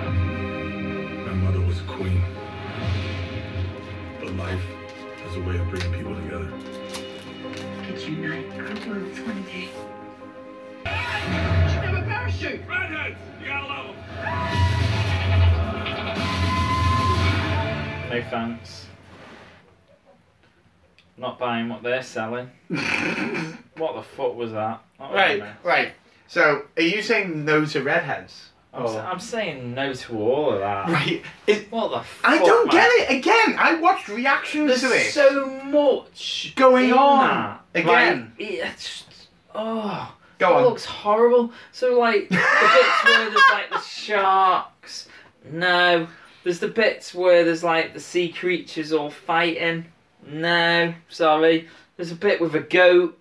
Speaker 5: My mother was a queen. But life has
Speaker 7: It's a way of bringing people together.
Speaker 6: Could unite our worlds one day.
Speaker 1: No thanks. Not buying what they're selling. what the fuck was that? That was
Speaker 2: Right,
Speaker 1: a mess.
Speaker 2: right. So, are you saying no to redheads?
Speaker 1: I'm, s-
Speaker 2: Or-
Speaker 1: I'm saying no to all of that.
Speaker 2: Right. It,
Speaker 1: What the fuck?
Speaker 2: I don't
Speaker 1: man?
Speaker 2: get it. Again, I watched reactions
Speaker 1: There's
Speaker 2: to this.
Speaker 1: so much
Speaker 2: Going
Speaker 1: in
Speaker 2: on.
Speaker 1: that.
Speaker 2: Again.
Speaker 1: Like, it's just- oh.
Speaker 2: Go
Speaker 1: that
Speaker 2: on.
Speaker 1: looks horrible. So like the bits where there's like the sharks. No. There's the bits where there's like the sea creatures all fighting. No, sorry. There's a bit with a goat.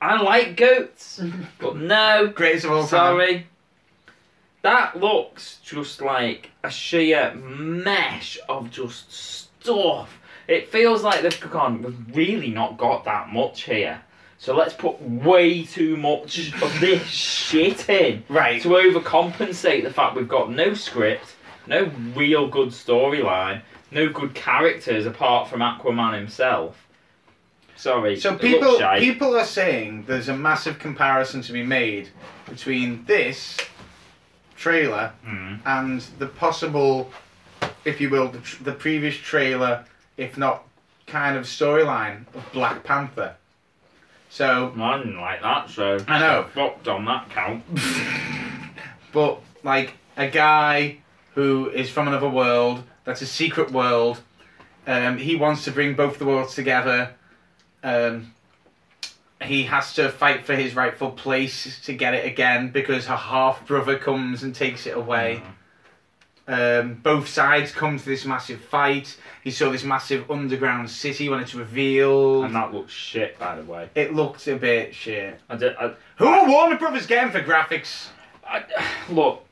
Speaker 1: I like goats, but no,
Speaker 2: Greatest of all time.
Speaker 1: sorry. That looks just like a sheer mesh of just stuff. It feels like they've gone, we've really not got that much here. So let's put way too much of this shit in
Speaker 2: Right.
Speaker 1: to overcompensate the fact we've got no script, no real good storyline, no good characters apart from Aquaman himself. Sorry. it
Speaker 2: So
Speaker 1: looks
Speaker 2: people
Speaker 1: shite.
Speaker 2: people are saying there's a massive comparison to be made between this trailer
Speaker 1: Mm.
Speaker 2: and the possible, if you will, the, tr- the previous trailer, if not kind of storyline of Black Panther. So
Speaker 1: I didn't like that, so
Speaker 2: I know.
Speaker 1: fucked on that count.
Speaker 2: but like a guy who is from another world that's a secret world um, he wants to bring both the worlds together um, he has to fight for his rightful place to get it again because her half brother comes and takes it away um, both sides come to this massive fight he saw this massive underground city when it's revealed
Speaker 1: And that looks shit, by the way.
Speaker 2: it looked a bit shit
Speaker 1: I did. I,
Speaker 2: who are warner brothers getting for graphics
Speaker 1: I, look,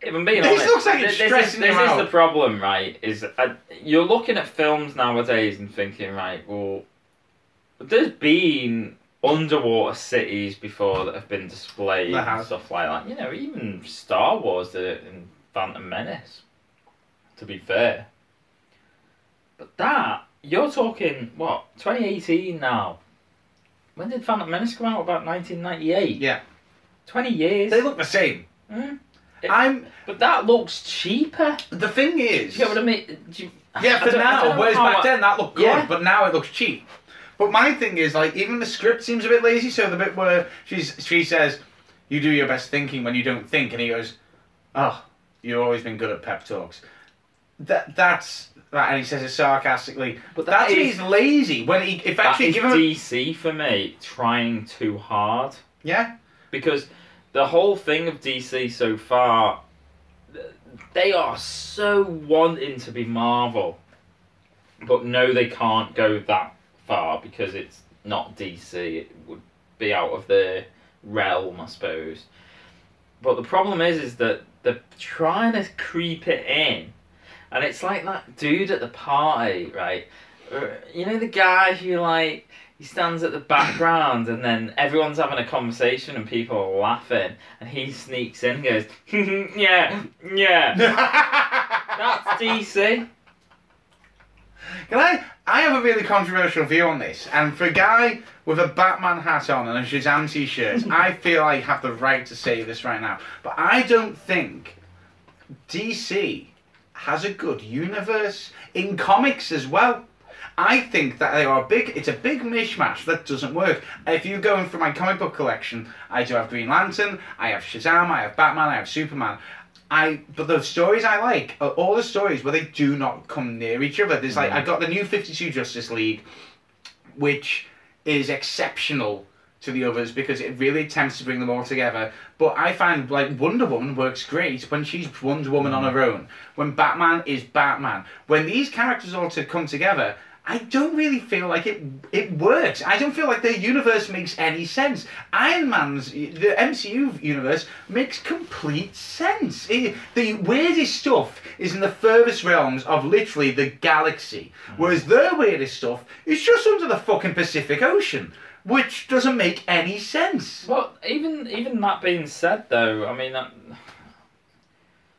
Speaker 1: if I'm being
Speaker 2: This
Speaker 1: honest,
Speaker 2: looks like it's
Speaker 1: th- this,
Speaker 2: stressing
Speaker 1: is,
Speaker 2: him
Speaker 1: this is
Speaker 2: out.
Speaker 1: the problem, right? Is uh, you're looking at films nowadays and thinking, right, well, there's been underwater cities before that have been displayed
Speaker 2: There
Speaker 1: and
Speaker 2: has.
Speaker 1: stuff like that. You know, even Star Wars did it in Phantom Menace. To be fair, but that you're talking what 2018 now. When did Phantom Menace come out? About 1998.
Speaker 2: Yeah.
Speaker 1: 20 years.
Speaker 2: they look the same
Speaker 1: Mm.
Speaker 2: i'm
Speaker 1: But that looks cheaper.
Speaker 2: The thing is,
Speaker 1: Do you know what I mean? Do you,
Speaker 2: yeah,
Speaker 1: I
Speaker 2: for
Speaker 1: don't- I don't
Speaker 2: now,
Speaker 1: know
Speaker 2: whereas
Speaker 1: how
Speaker 2: back
Speaker 1: I-
Speaker 2: then that looked good,
Speaker 1: Yeah.
Speaker 2: but now it looks cheap. But my thing is, like, even the script seems a bit lazy. So the bit where she's she says, "You do your best thinking when you don't think," and he goes, "Oh, you've always been good at pep talks." That that's that, and he says it sarcastically.
Speaker 1: But
Speaker 2: But that
Speaker 1: that
Speaker 2: to me
Speaker 1: is-
Speaker 2: is lazy. When he if
Speaker 1: that
Speaker 2: actually
Speaker 1: is
Speaker 2: give him, a-
Speaker 1: DC for me trying too hard
Speaker 2: yeah,
Speaker 1: because the whole thing of DC so far, they are so wanting to be Marvel, but no, they can't go that far because it's not DC. It would be out of their realm, I suppose. But the problem is, is that they're trying to creep it in, and it's like that dude at the party, right? Uh, You know the guy who like he stands at the background, and then everyone's having a conversation, and people are laughing, and he sneaks in, and goes, yeah, yeah, that's DC.
Speaker 2: Can I? I have a really controversial view on this, and for a guy with a Batman hat on and a Shazam t-shirt, I feel I have the right to say this right now. But I don't think DC has a good universe in comics as well. I think that they are a big. It's a big mishmash that doesn't work. If you go in for my comic book collection, I do have Green Lantern, I have Shazam, I have Batman, I have Superman. I but the stories I like are all the stories where they do not come near each other. There's like I got the new Fifty Two Justice League, which is exceptional to the others because it really attempts to bring them all together. But I find like Wonder Woman works great when she's Wonder Woman on her own, when Batman is Batman. When these characters all to come together, I don't really feel like it it works. I don't feel like their universe makes any sense. Iron Man's the MCU universe makes complete sense. It- the weirdest stuff is in the furthest realms of literally the galaxy, whereas their weirdest stuff is just under the fucking Pacific Ocean which doesn't make any sense.
Speaker 1: Well, even even that being said, though, I mean, that,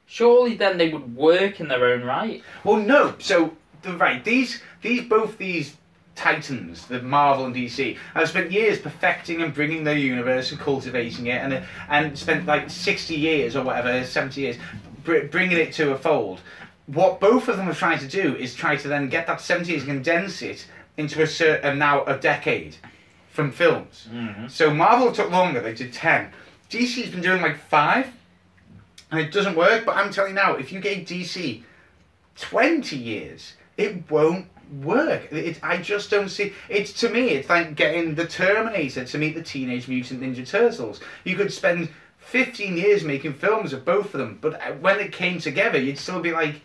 Speaker 1: surely then they would work in their own right.
Speaker 2: Well, no. So the- right, these these both these titans, the Marvel and DC, have spent years perfecting and bringing their universe and cultivating it, and and spent like sixty years or whatever, seventy years, br- bringing it to a fold. What both of them are trying to do is try to then get that seventy years and condense it into a certain now a decade from films. So Marvel took longer; they did ten. DC's been doing like five, and it doesn't work. But I'm telling you now, if you gave DC 20 years, it won't work. It, I just don't see. It's to me, it's like getting the Terminator to meet the Teenage Mutant Ninja Turtles. You could spend 15 years making films of both of them, but uh, when it came together, you'd still be like.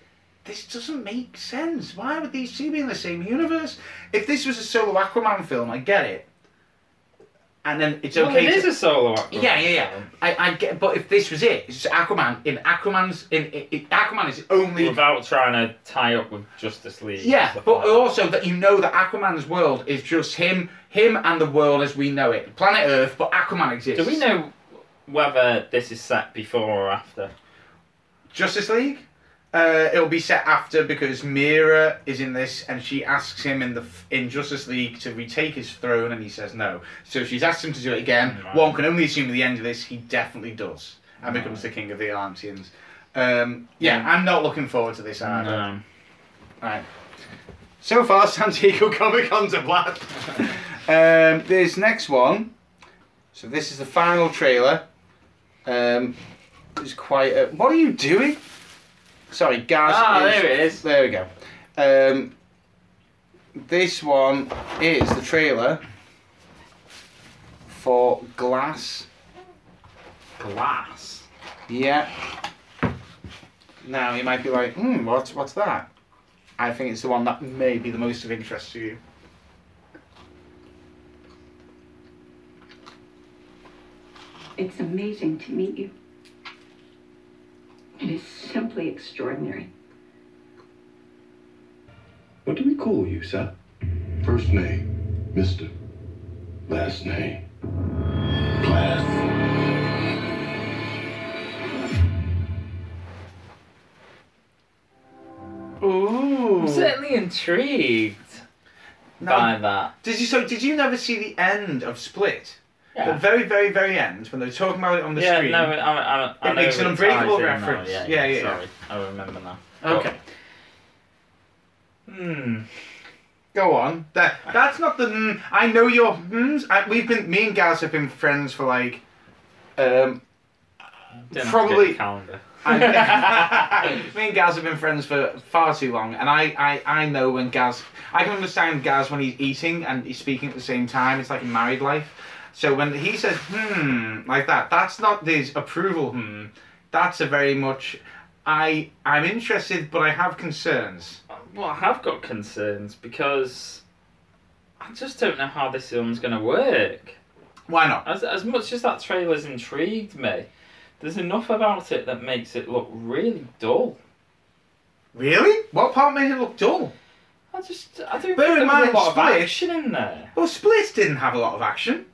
Speaker 2: This doesn't make sense. Why would these two be in the same universe? If this was a solo Aquaman film, I get it. And then it's
Speaker 1: Well,
Speaker 2: okay.
Speaker 1: it
Speaker 2: to-
Speaker 1: is a solo act.
Speaker 2: yeah, yeah, yeah. I, I get, but if this was it, it's Aquaman in Aquaman's in, in, in- Aquaman is only.
Speaker 1: Without trying to tie up with Justice League. and
Speaker 2: yeah,
Speaker 1: stuff
Speaker 2: but
Speaker 1: like that.
Speaker 2: also that you know that Aquaman's world is just him, him and the world as we know it, planet Earth. But Aquaman exists.
Speaker 1: Do we know whether this is set before or after?
Speaker 2: Justice League? Uh, it'll be set after because Mira is in this, and she asks him in the f- in Justice League to retake his throne, and he says no. So she's asked him to do it again.
Speaker 1: Right.
Speaker 2: One can only assume at the end of this he definitely does and becomes the king of the Atlanteans. Um, yeah, I'm not looking forward to this either.
Speaker 1: Um,
Speaker 2: Right. So far, San Diego Comic Con's a blast. um, this next one. So this is the final trailer. Um, it's quite. A, what are you doing? Sorry, Gaz.
Speaker 1: Ah, there it is.
Speaker 2: There we go. Um, this one is the trailer for Glass.
Speaker 1: glass.
Speaker 2: Yeah. Now you might be like, hmm, what's what's that? I think it's the one that may be the most of interest to you.
Speaker 7: It's amazing to meet you. It is simply extraordinary.
Speaker 5: What do we call you, sir? First name, Mister. Last name, Glass.
Speaker 2: Ooh.
Speaker 1: I'm certainly intrigued by that.
Speaker 2: Did you so did you never see the end of Split? The
Speaker 1: Yeah,
Speaker 2: very, very, very end when they were talking about it on the
Speaker 1: yeah
Speaker 2: screen.
Speaker 1: no, I, I, I, I know
Speaker 2: It makes an
Speaker 1: ties
Speaker 2: unbreakable
Speaker 1: in now,
Speaker 2: reference.
Speaker 1: Yeah,
Speaker 2: Yeah,
Speaker 1: yeah,
Speaker 2: yeah, yeah.
Speaker 1: Sorry, I remember now.
Speaker 2: okay.
Speaker 1: But- Hmm.
Speaker 2: Go on. That that's not the. Mm, I know your. Mm, I, we've been. Me and Gaz have been friends for like. Um.
Speaker 1: Didn't
Speaker 2: Probably-
Speaker 1: get the calendar.
Speaker 2: I, me and Gaz have been friends for far too long, and I, I, I know when Gaz. I can understand Gaz when he's eating and he's speaking at the same time. It's like in married life. So when he says "hmm" like that, that's not his approval. Hmm. That's a very much. I I'm interested, but I have concerns.
Speaker 1: Well, I have got concerns because I just don't know how this film's going to work.
Speaker 2: Why not?
Speaker 1: As as much as that trailer's intrigued me, there's enough about it that makes it look really dull.
Speaker 2: Really? What part made it look dull?
Speaker 1: I just I don't
Speaker 2: Bear
Speaker 1: think
Speaker 2: in
Speaker 1: there's
Speaker 2: mind,
Speaker 1: a lot of
Speaker 2: Split-
Speaker 1: action in there.
Speaker 2: Well, Split didn't have a lot of action.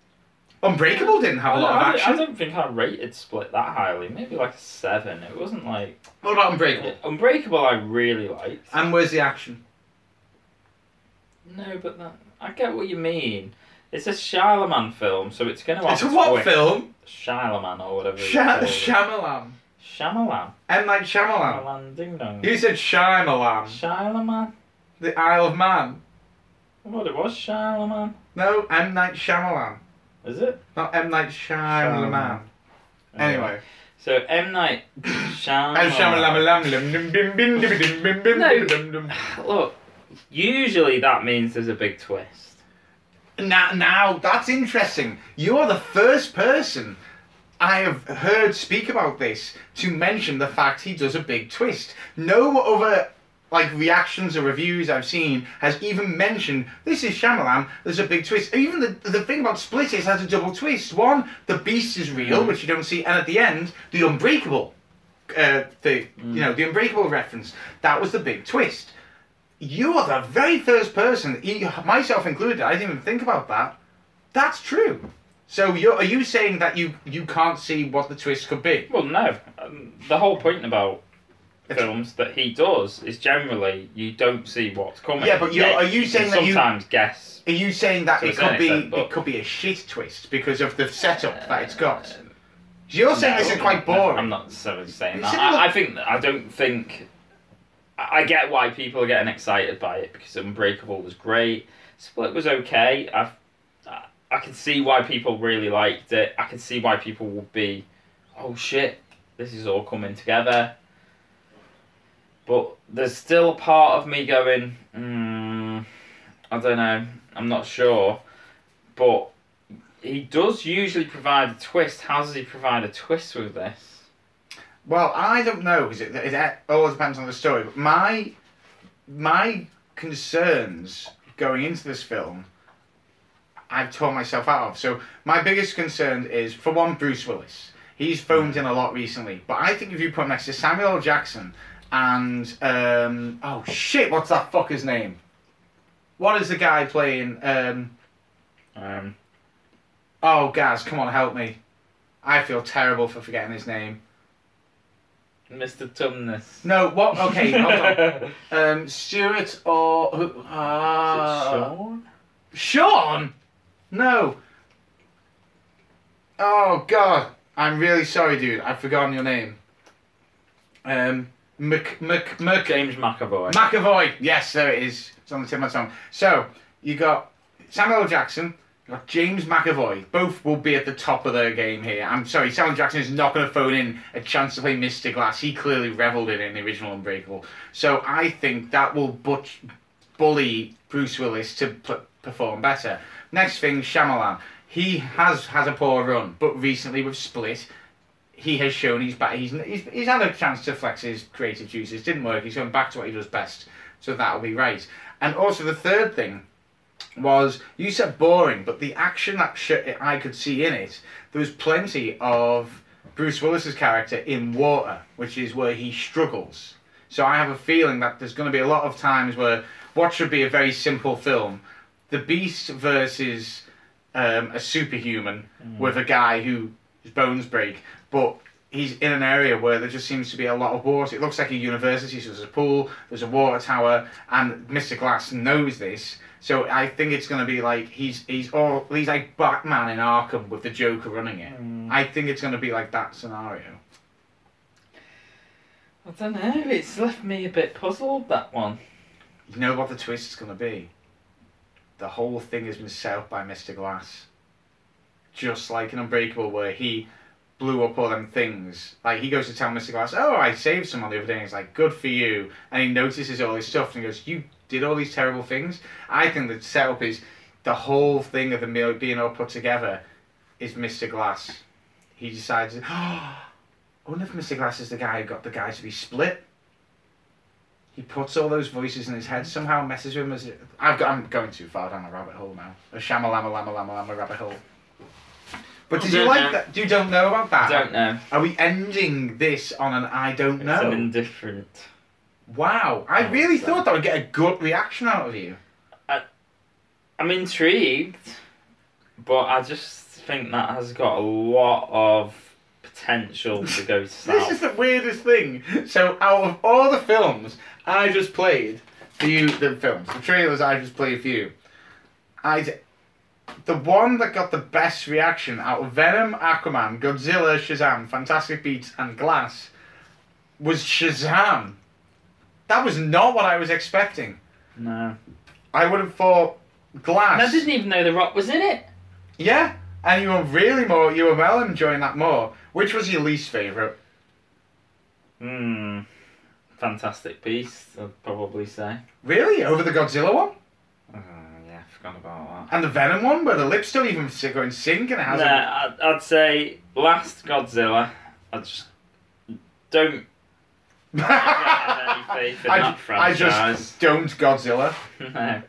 Speaker 2: Unbreakable didn't have a lot
Speaker 1: I,
Speaker 2: of
Speaker 1: don't- I
Speaker 2: action.
Speaker 1: don't think I rated Split that highly. Maybe like a seven. It wasn't like
Speaker 2: What about Unbreakable?
Speaker 1: Unbreakable. I really liked.
Speaker 2: And where's the action?
Speaker 1: No, but that I get what you mean. It's a Shyamalan film, so it's going to.
Speaker 2: It's a what film?
Speaker 1: Shyamalan or whatever. he's
Speaker 2: Sha-
Speaker 1: called.
Speaker 2: Shyamalan.
Speaker 1: Shyamalan.
Speaker 2: M. Night Shyamalan.
Speaker 1: Shyamalan ding dong.
Speaker 2: You said Shyamalan.
Speaker 1: Shyamalan.
Speaker 2: The Isle of Man.
Speaker 1: I thought it was Shyamalan.
Speaker 2: No, M. Night Shyamalan.
Speaker 1: Is it?
Speaker 2: Not M. Night Shyamalan. Anyway.
Speaker 1: So M Night Shyamalan.
Speaker 2: M. Shyamalan.
Speaker 1: Look, usually that means there's a big twist.
Speaker 2: Now, now, that's interesting. You are the first person I have heard speak about this to mention the fact he does a big twist. No other like reactions or reviews I've seen has even mentioned this is Shyamalan. There's a big twist. Even the the thing about Split is it has a double twist. One, the beast is real, which you don't see, and at the end, the unbreakable, uh, the you know the unbreakable reference. That was the big twist. You are the very first person, e- myself included. I didn't even think about that. That's true. So you're, are you saying that you you can't see what the twist could be?
Speaker 1: Well, no. Um, the whole point about films that he does is generally you don't see what's coming.
Speaker 2: Yeah, but you're- are you
Speaker 1: can
Speaker 2: saying that you-
Speaker 1: sometimes guess?
Speaker 2: Are you saying that
Speaker 1: To a
Speaker 2: it
Speaker 1: certain
Speaker 2: could be
Speaker 1: extent, but-
Speaker 2: it could be a shit twist because of the setup that it's got? You're saying this
Speaker 1: Uh, No,
Speaker 2: is quite
Speaker 1: no,
Speaker 2: boring.
Speaker 1: I'm not necessarily saying
Speaker 2: It's
Speaker 1: that.
Speaker 2: similar-
Speaker 1: I, I think I don't think. I I get why people are getting excited by it because Unbreakable was great. Split was okay. I've, I I can see why people really liked it. I can see why people would be, oh shit, this is all coming together. But there's still a part of me going, mm, I don't know, I'm not sure. But he does usually provide a twist. How does he provide a twist with this?
Speaker 2: Well, I don't know because it, it, all depends on the story. But my my concerns going into this film, I've torn myself out of. So my biggest concern is, for one, Bruce Willis. He's phoned in a lot recently, but I think if you put him next to Samuel L. Jackson and um, oh shit, what's that fucker's name? What is the guy playing? Um,
Speaker 1: Um,
Speaker 2: oh, Gaz, come on, help me. I feel terrible for forgetting his name.
Speaker 1: Mr. Tumnus.
Speaker 2: No, what? Okay, hold on. Um, Stuart or who? Uh,
Speaker 1: Sean?
Speaker 2: Sean? No. Oh God, I'm really sorry, dude. I've forgotten your name. Um, Mc Mc Mc
Speaker 1: James McAvoy.
Speaker 2: McAvoy. Yes, there it is. It's on the tip of my tongue. So you got Samuel L. Jackson. you Got James McAvoy. Both will be at the top of their game here. I'm sorry, Samuel L. Jackson is not going to phone in a chance to play Mr. Glass. He clearly revelled in it in the original Unbreakable. So I think that will butch, bully Bruce Willis to p- perform better. Next thing, Shyamalan. He has had a poor run, but recently with Split, he has shown he's back. He's, he's he's had a chance to flex his creative juices. Didn't work. He's going back to what he does best. So that'll be right. And also the third thing was you said boring, but the action that sh- I could see in it, there was plenty of Bruce Willis's character in water, which is where he struggles. So I have a feeling that there's going to be a lot of times where what should be a very simple film, the beast versus um, a superhuman with a guy who his bones break, but he's in an area where there just seems to be a lot of water. It looks like a university, so there's a pool, there's a water tower, and Mr. Glass knows this. So I think it's going to be like he's he's all he's like Batman in Arkham with the Joker running it. I think it's going to be like that scenario.
Speaker 1: I don't know, it's left me a bit puzzled, that one.
Speaker 2: You know what the twist is going to be? The whole thing is missed out by Mr. Glass. Just like in Unbreakable, where he blew up all them things. Like, he goes to tell Mr. Glass, Oh, I saved someone the other day. And he's like, Good for you. And he notices all this stuff and he goes, You did all these terrible things. I think the setup is the whole thing of the meal being all put together is Mr. Glass. He decides, Oh, I wonder if Mr. Glass is the guy who got the guy to be split. He puts all those voices in his head, somehow messes with him as it, I've got, I'm going too far down a rabbit hole now. A shamalama lama lama lama rabbit hole. But did
Speaker 1: I
Speaker 2: you
Speaker 1: don't
Speaker 2: like
Speaker 1: know.
Speaker 2: that? You don't know about that?
Speaker 1: I don't know.
Speaker 2: Are we ending this on an I don't
Speaker 1: It's an
Speaker 2: know?
Speaker 1: indifferent.
Speaker 2: Wow, I
Speaker 1: Oh,
Speaker 2: really
Speaker 1: so-
Speaker 2: thought that would get a good reaction out of you.
Speaker 1: I'm intrigued, but I just think that has got a lot of potential to go
Speaker 2: This
Speaker 1: south.
Speaker 2: is the weirdest thing. So, out of all the films I just played for you, the films, the trailers I just played for you, I the one that got the best reaction out of Venom, Aquaman, Godzilla, Shazam, Fantastic Beasts, and Glass was Shazam. That was not what I was expecting.
Speaker 1: No.
Speaker 2: I would have thought Glass.
Speaker 1: And I didn't even know The Rock was in it.
Speaker 2: Yeah, and you were really more, you were well enjoying that more. Which was your least favourite?
Speaker 1: Hmm. Fantastic Beast, I'd probably say.
Speaker 2: Really? Over the Godzilla one?
Speaker 1: Uh, yeah, I forgot about
Speaker 2: And the Venom one, where the lips don't even s- go in sync and it
Speaker 1: that.
Speaker 2: has a...
Speaker 1: Nah, I'd, I'd say last Godzilla. I just don't have any faith in
Speaker 2: I,
Speaker 1: that
Speaker 2: I
Speaker 1: franchise.
Speaker 2: just don't Godzilla.
Speaker 1: no.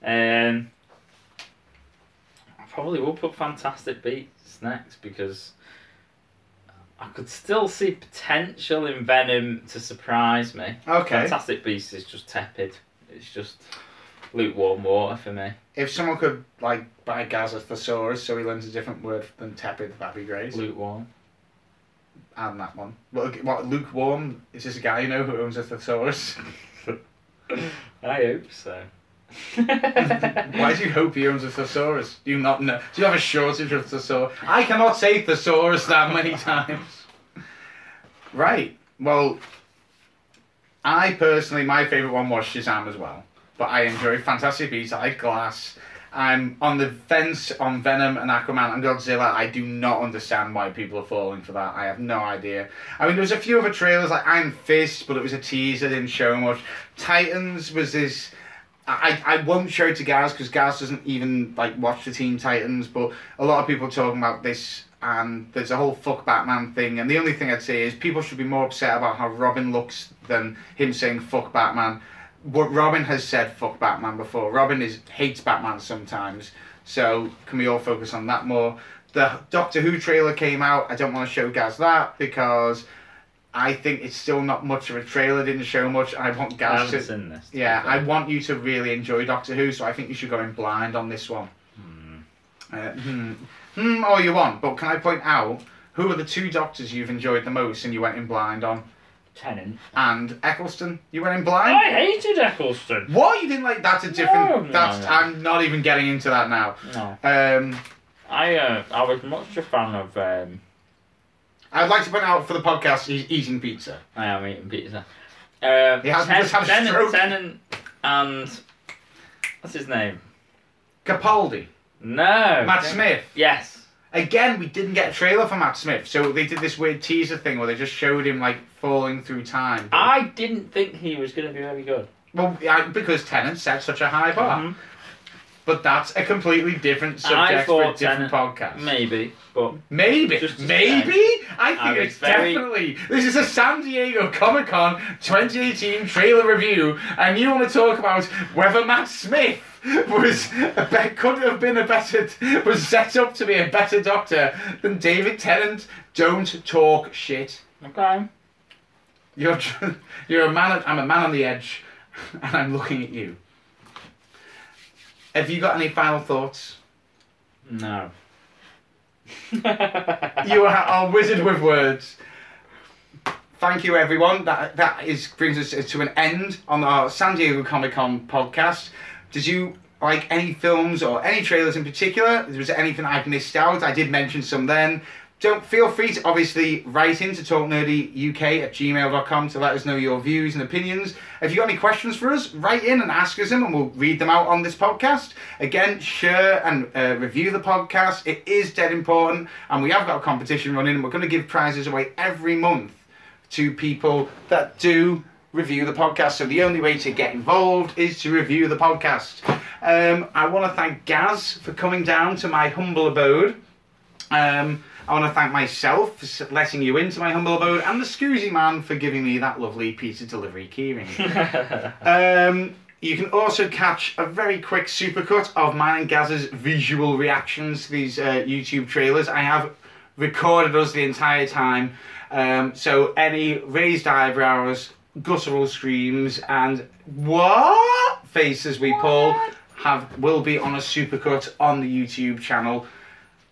Speaker 1: Um, I probably will put Fantastic Beasts next because I could still see potential in Venom to surprise me.
Speaker 2: Okay.
Speaker 1: Fantastic Beasts is just tepid. It's just lukewarm water for me.
Speaker 2: If someone could, like, buy Gaz a thesaurus so he learns a different word than tepid, that'd be great.
Speaker 1: Lukewarm.
Speaker 2: and that one. Look, what lukewarm? Is this a guy you know who owns a thesaurus?
Speaker 1: I hope so.
Speaker 2: Why do you hope he owns a thesaurus? Do you not know? Do you have a shortage of thesaurus? I cannot say thesaurus that many times. Right. Well, I personally, my favourite one was Shazam as well. But I enjoy Fantastic Beasts. I like Glass. I'm on the fence on Venom and Aquaman and Godzilla. I do not understand why people are falling for that. I have no idea. I mean, there was a few other trailers like Iron Fist, but it was a teaser, didn't show much. Titans was this. I, I won't show it to Gaz because Gaz doesn't even like watch the Teen Titans, but a lot of people are talking about this and there's a whole fuck Batman thing and the only thing I'd say is people should be more upset about how Robin looks than him saying fuck Batman. What Robin has said fuck Batman before. Robin is hates Batman sometimes. So can we all focus on that more? The Doctor Who trailer came out. I don't want to show Gaz that because I think it's still not much of a trailer, didn't show much. I want
Speaker 1: I
Speaker 2: Gaz
Speaker 1: haven't
Speaker 2: to
Speaker 1: seen this.
Speaker 2: yeah, I want you to really enjoy Doctor Who, so I think you should go in blind on this one. Uh, hmm. Hmm, all you want, but can I point out who are the two doctors you've enjoyed the most and you went in blind on?
Speaker 1: Tenant.
Speaker 2: And Eccleston, you went in blind?
Speaker 1: I hated Eccleston.
Speaker 2: What? You didn't like that's a different
Speaker 1: No,
Speaker 2: that's
Speaker 1: no, no.
Speaker 2: I'm not even getting into that now.
Speaker 1: No.
Speaker 2: Um
Speaker 1: I uh, I was much a fan of. Um,
Speaker 2: I'd like to point out for the podcast he's eating pizza.
Speaker 1: I am eating pizza. Um,
Speaker 2: He hasn't just had a
Speaker 1: Tennant,
Speaker 2: stroke.
Speaker 1: Tennant, and what's his name?
Speaker 2: Capaldi.
Speaker 1: No.
Speaker 2: Matt Smith.
Speaker 1: Yes.
Speaker 2: Again, we didn't get a trailer for Matt Smith, so they did this weird teaser thing where they just showed him like falling through time.
Speaker 1: I didn't think he was going to be very good.
Speaker 2: Well, yeah, because Tennant set such a high bar.
Speaker 1: Mhm.
Speaker 2: But that's a completely different
Speaker 1: I
Speaker 2: subject for a
Speaker 1: thought
Speaker 2: different podcast.
Speaker 1: Maybe, but
Speaker 2: Maybe.
Speaker 1: Just to
Speaker 2: Maybe? I think
Speaker 1: I was
Speaker 2: it's
Speaker 1: very-
Speaker 2: definitely. This is a San Diego Comic Con 2018 trailer review, and you want to talk about whether Matt Smith was a be- could have been a better was set up to be a better doctor than David Tennant. Don't talk shit.
Speaker 1: okay.
Speaker 2: You're tr- you're a man. I'm a man on the edge, and I'm looking at you. Have you got any final thoughts?
Speaker 1: No.
Speaker 2: You are our wizard with words. Thank you, everyone. That that is brings us to an end on our San Diego Comic Con podcast. Did you like any films or any trailers in particular? Was there anything I've missed out? I did mention some then. Don't feel free to obviously write in to talknerdyuk at gmail.com to let us know your views and opinions. If you've got any questions for us, write in and ask us them and we'll read them out on this podcast. Again, share and uh, review the podcast. It is dead important and we have got a competition running and we're going to give prizes away every month to people that do review the podcast. So the only way to get involved is to review the podcast. Um, I want to thank Gaz for coming down to my humble abode. Um, I want to thank myself for s- letting you into my humble abode and the Scoozy Man for giving me that lovely pizza delivery keyring. Um, you can also catch a very quick supercut of mine and Gaz's visual reactions to these uh, YouTube trailers. I have recorded us the entire time, um, so any raised eyebrows, guttural screams, and what faces we pull have will be on a supercut on the YouTube channel.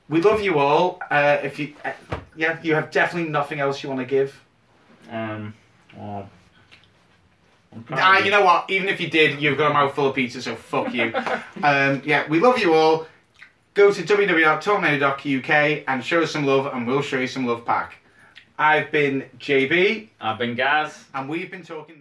Speaker 2: We love you all. Uh, if you, uh, yeah, you have definitely nothing else you want to give.
Speaker 1: Um. Well,
Speaker 2: Ah, you know what? Even if you did, you've got a mouthful of pizza, so fuck you. um, yeah, we love you all. Go to www.tornado.uk and show us some love, and we'll show you some love back. I've been JB,
Speaker 1: I've been Gaz.
Speaker 2: and we've been talking.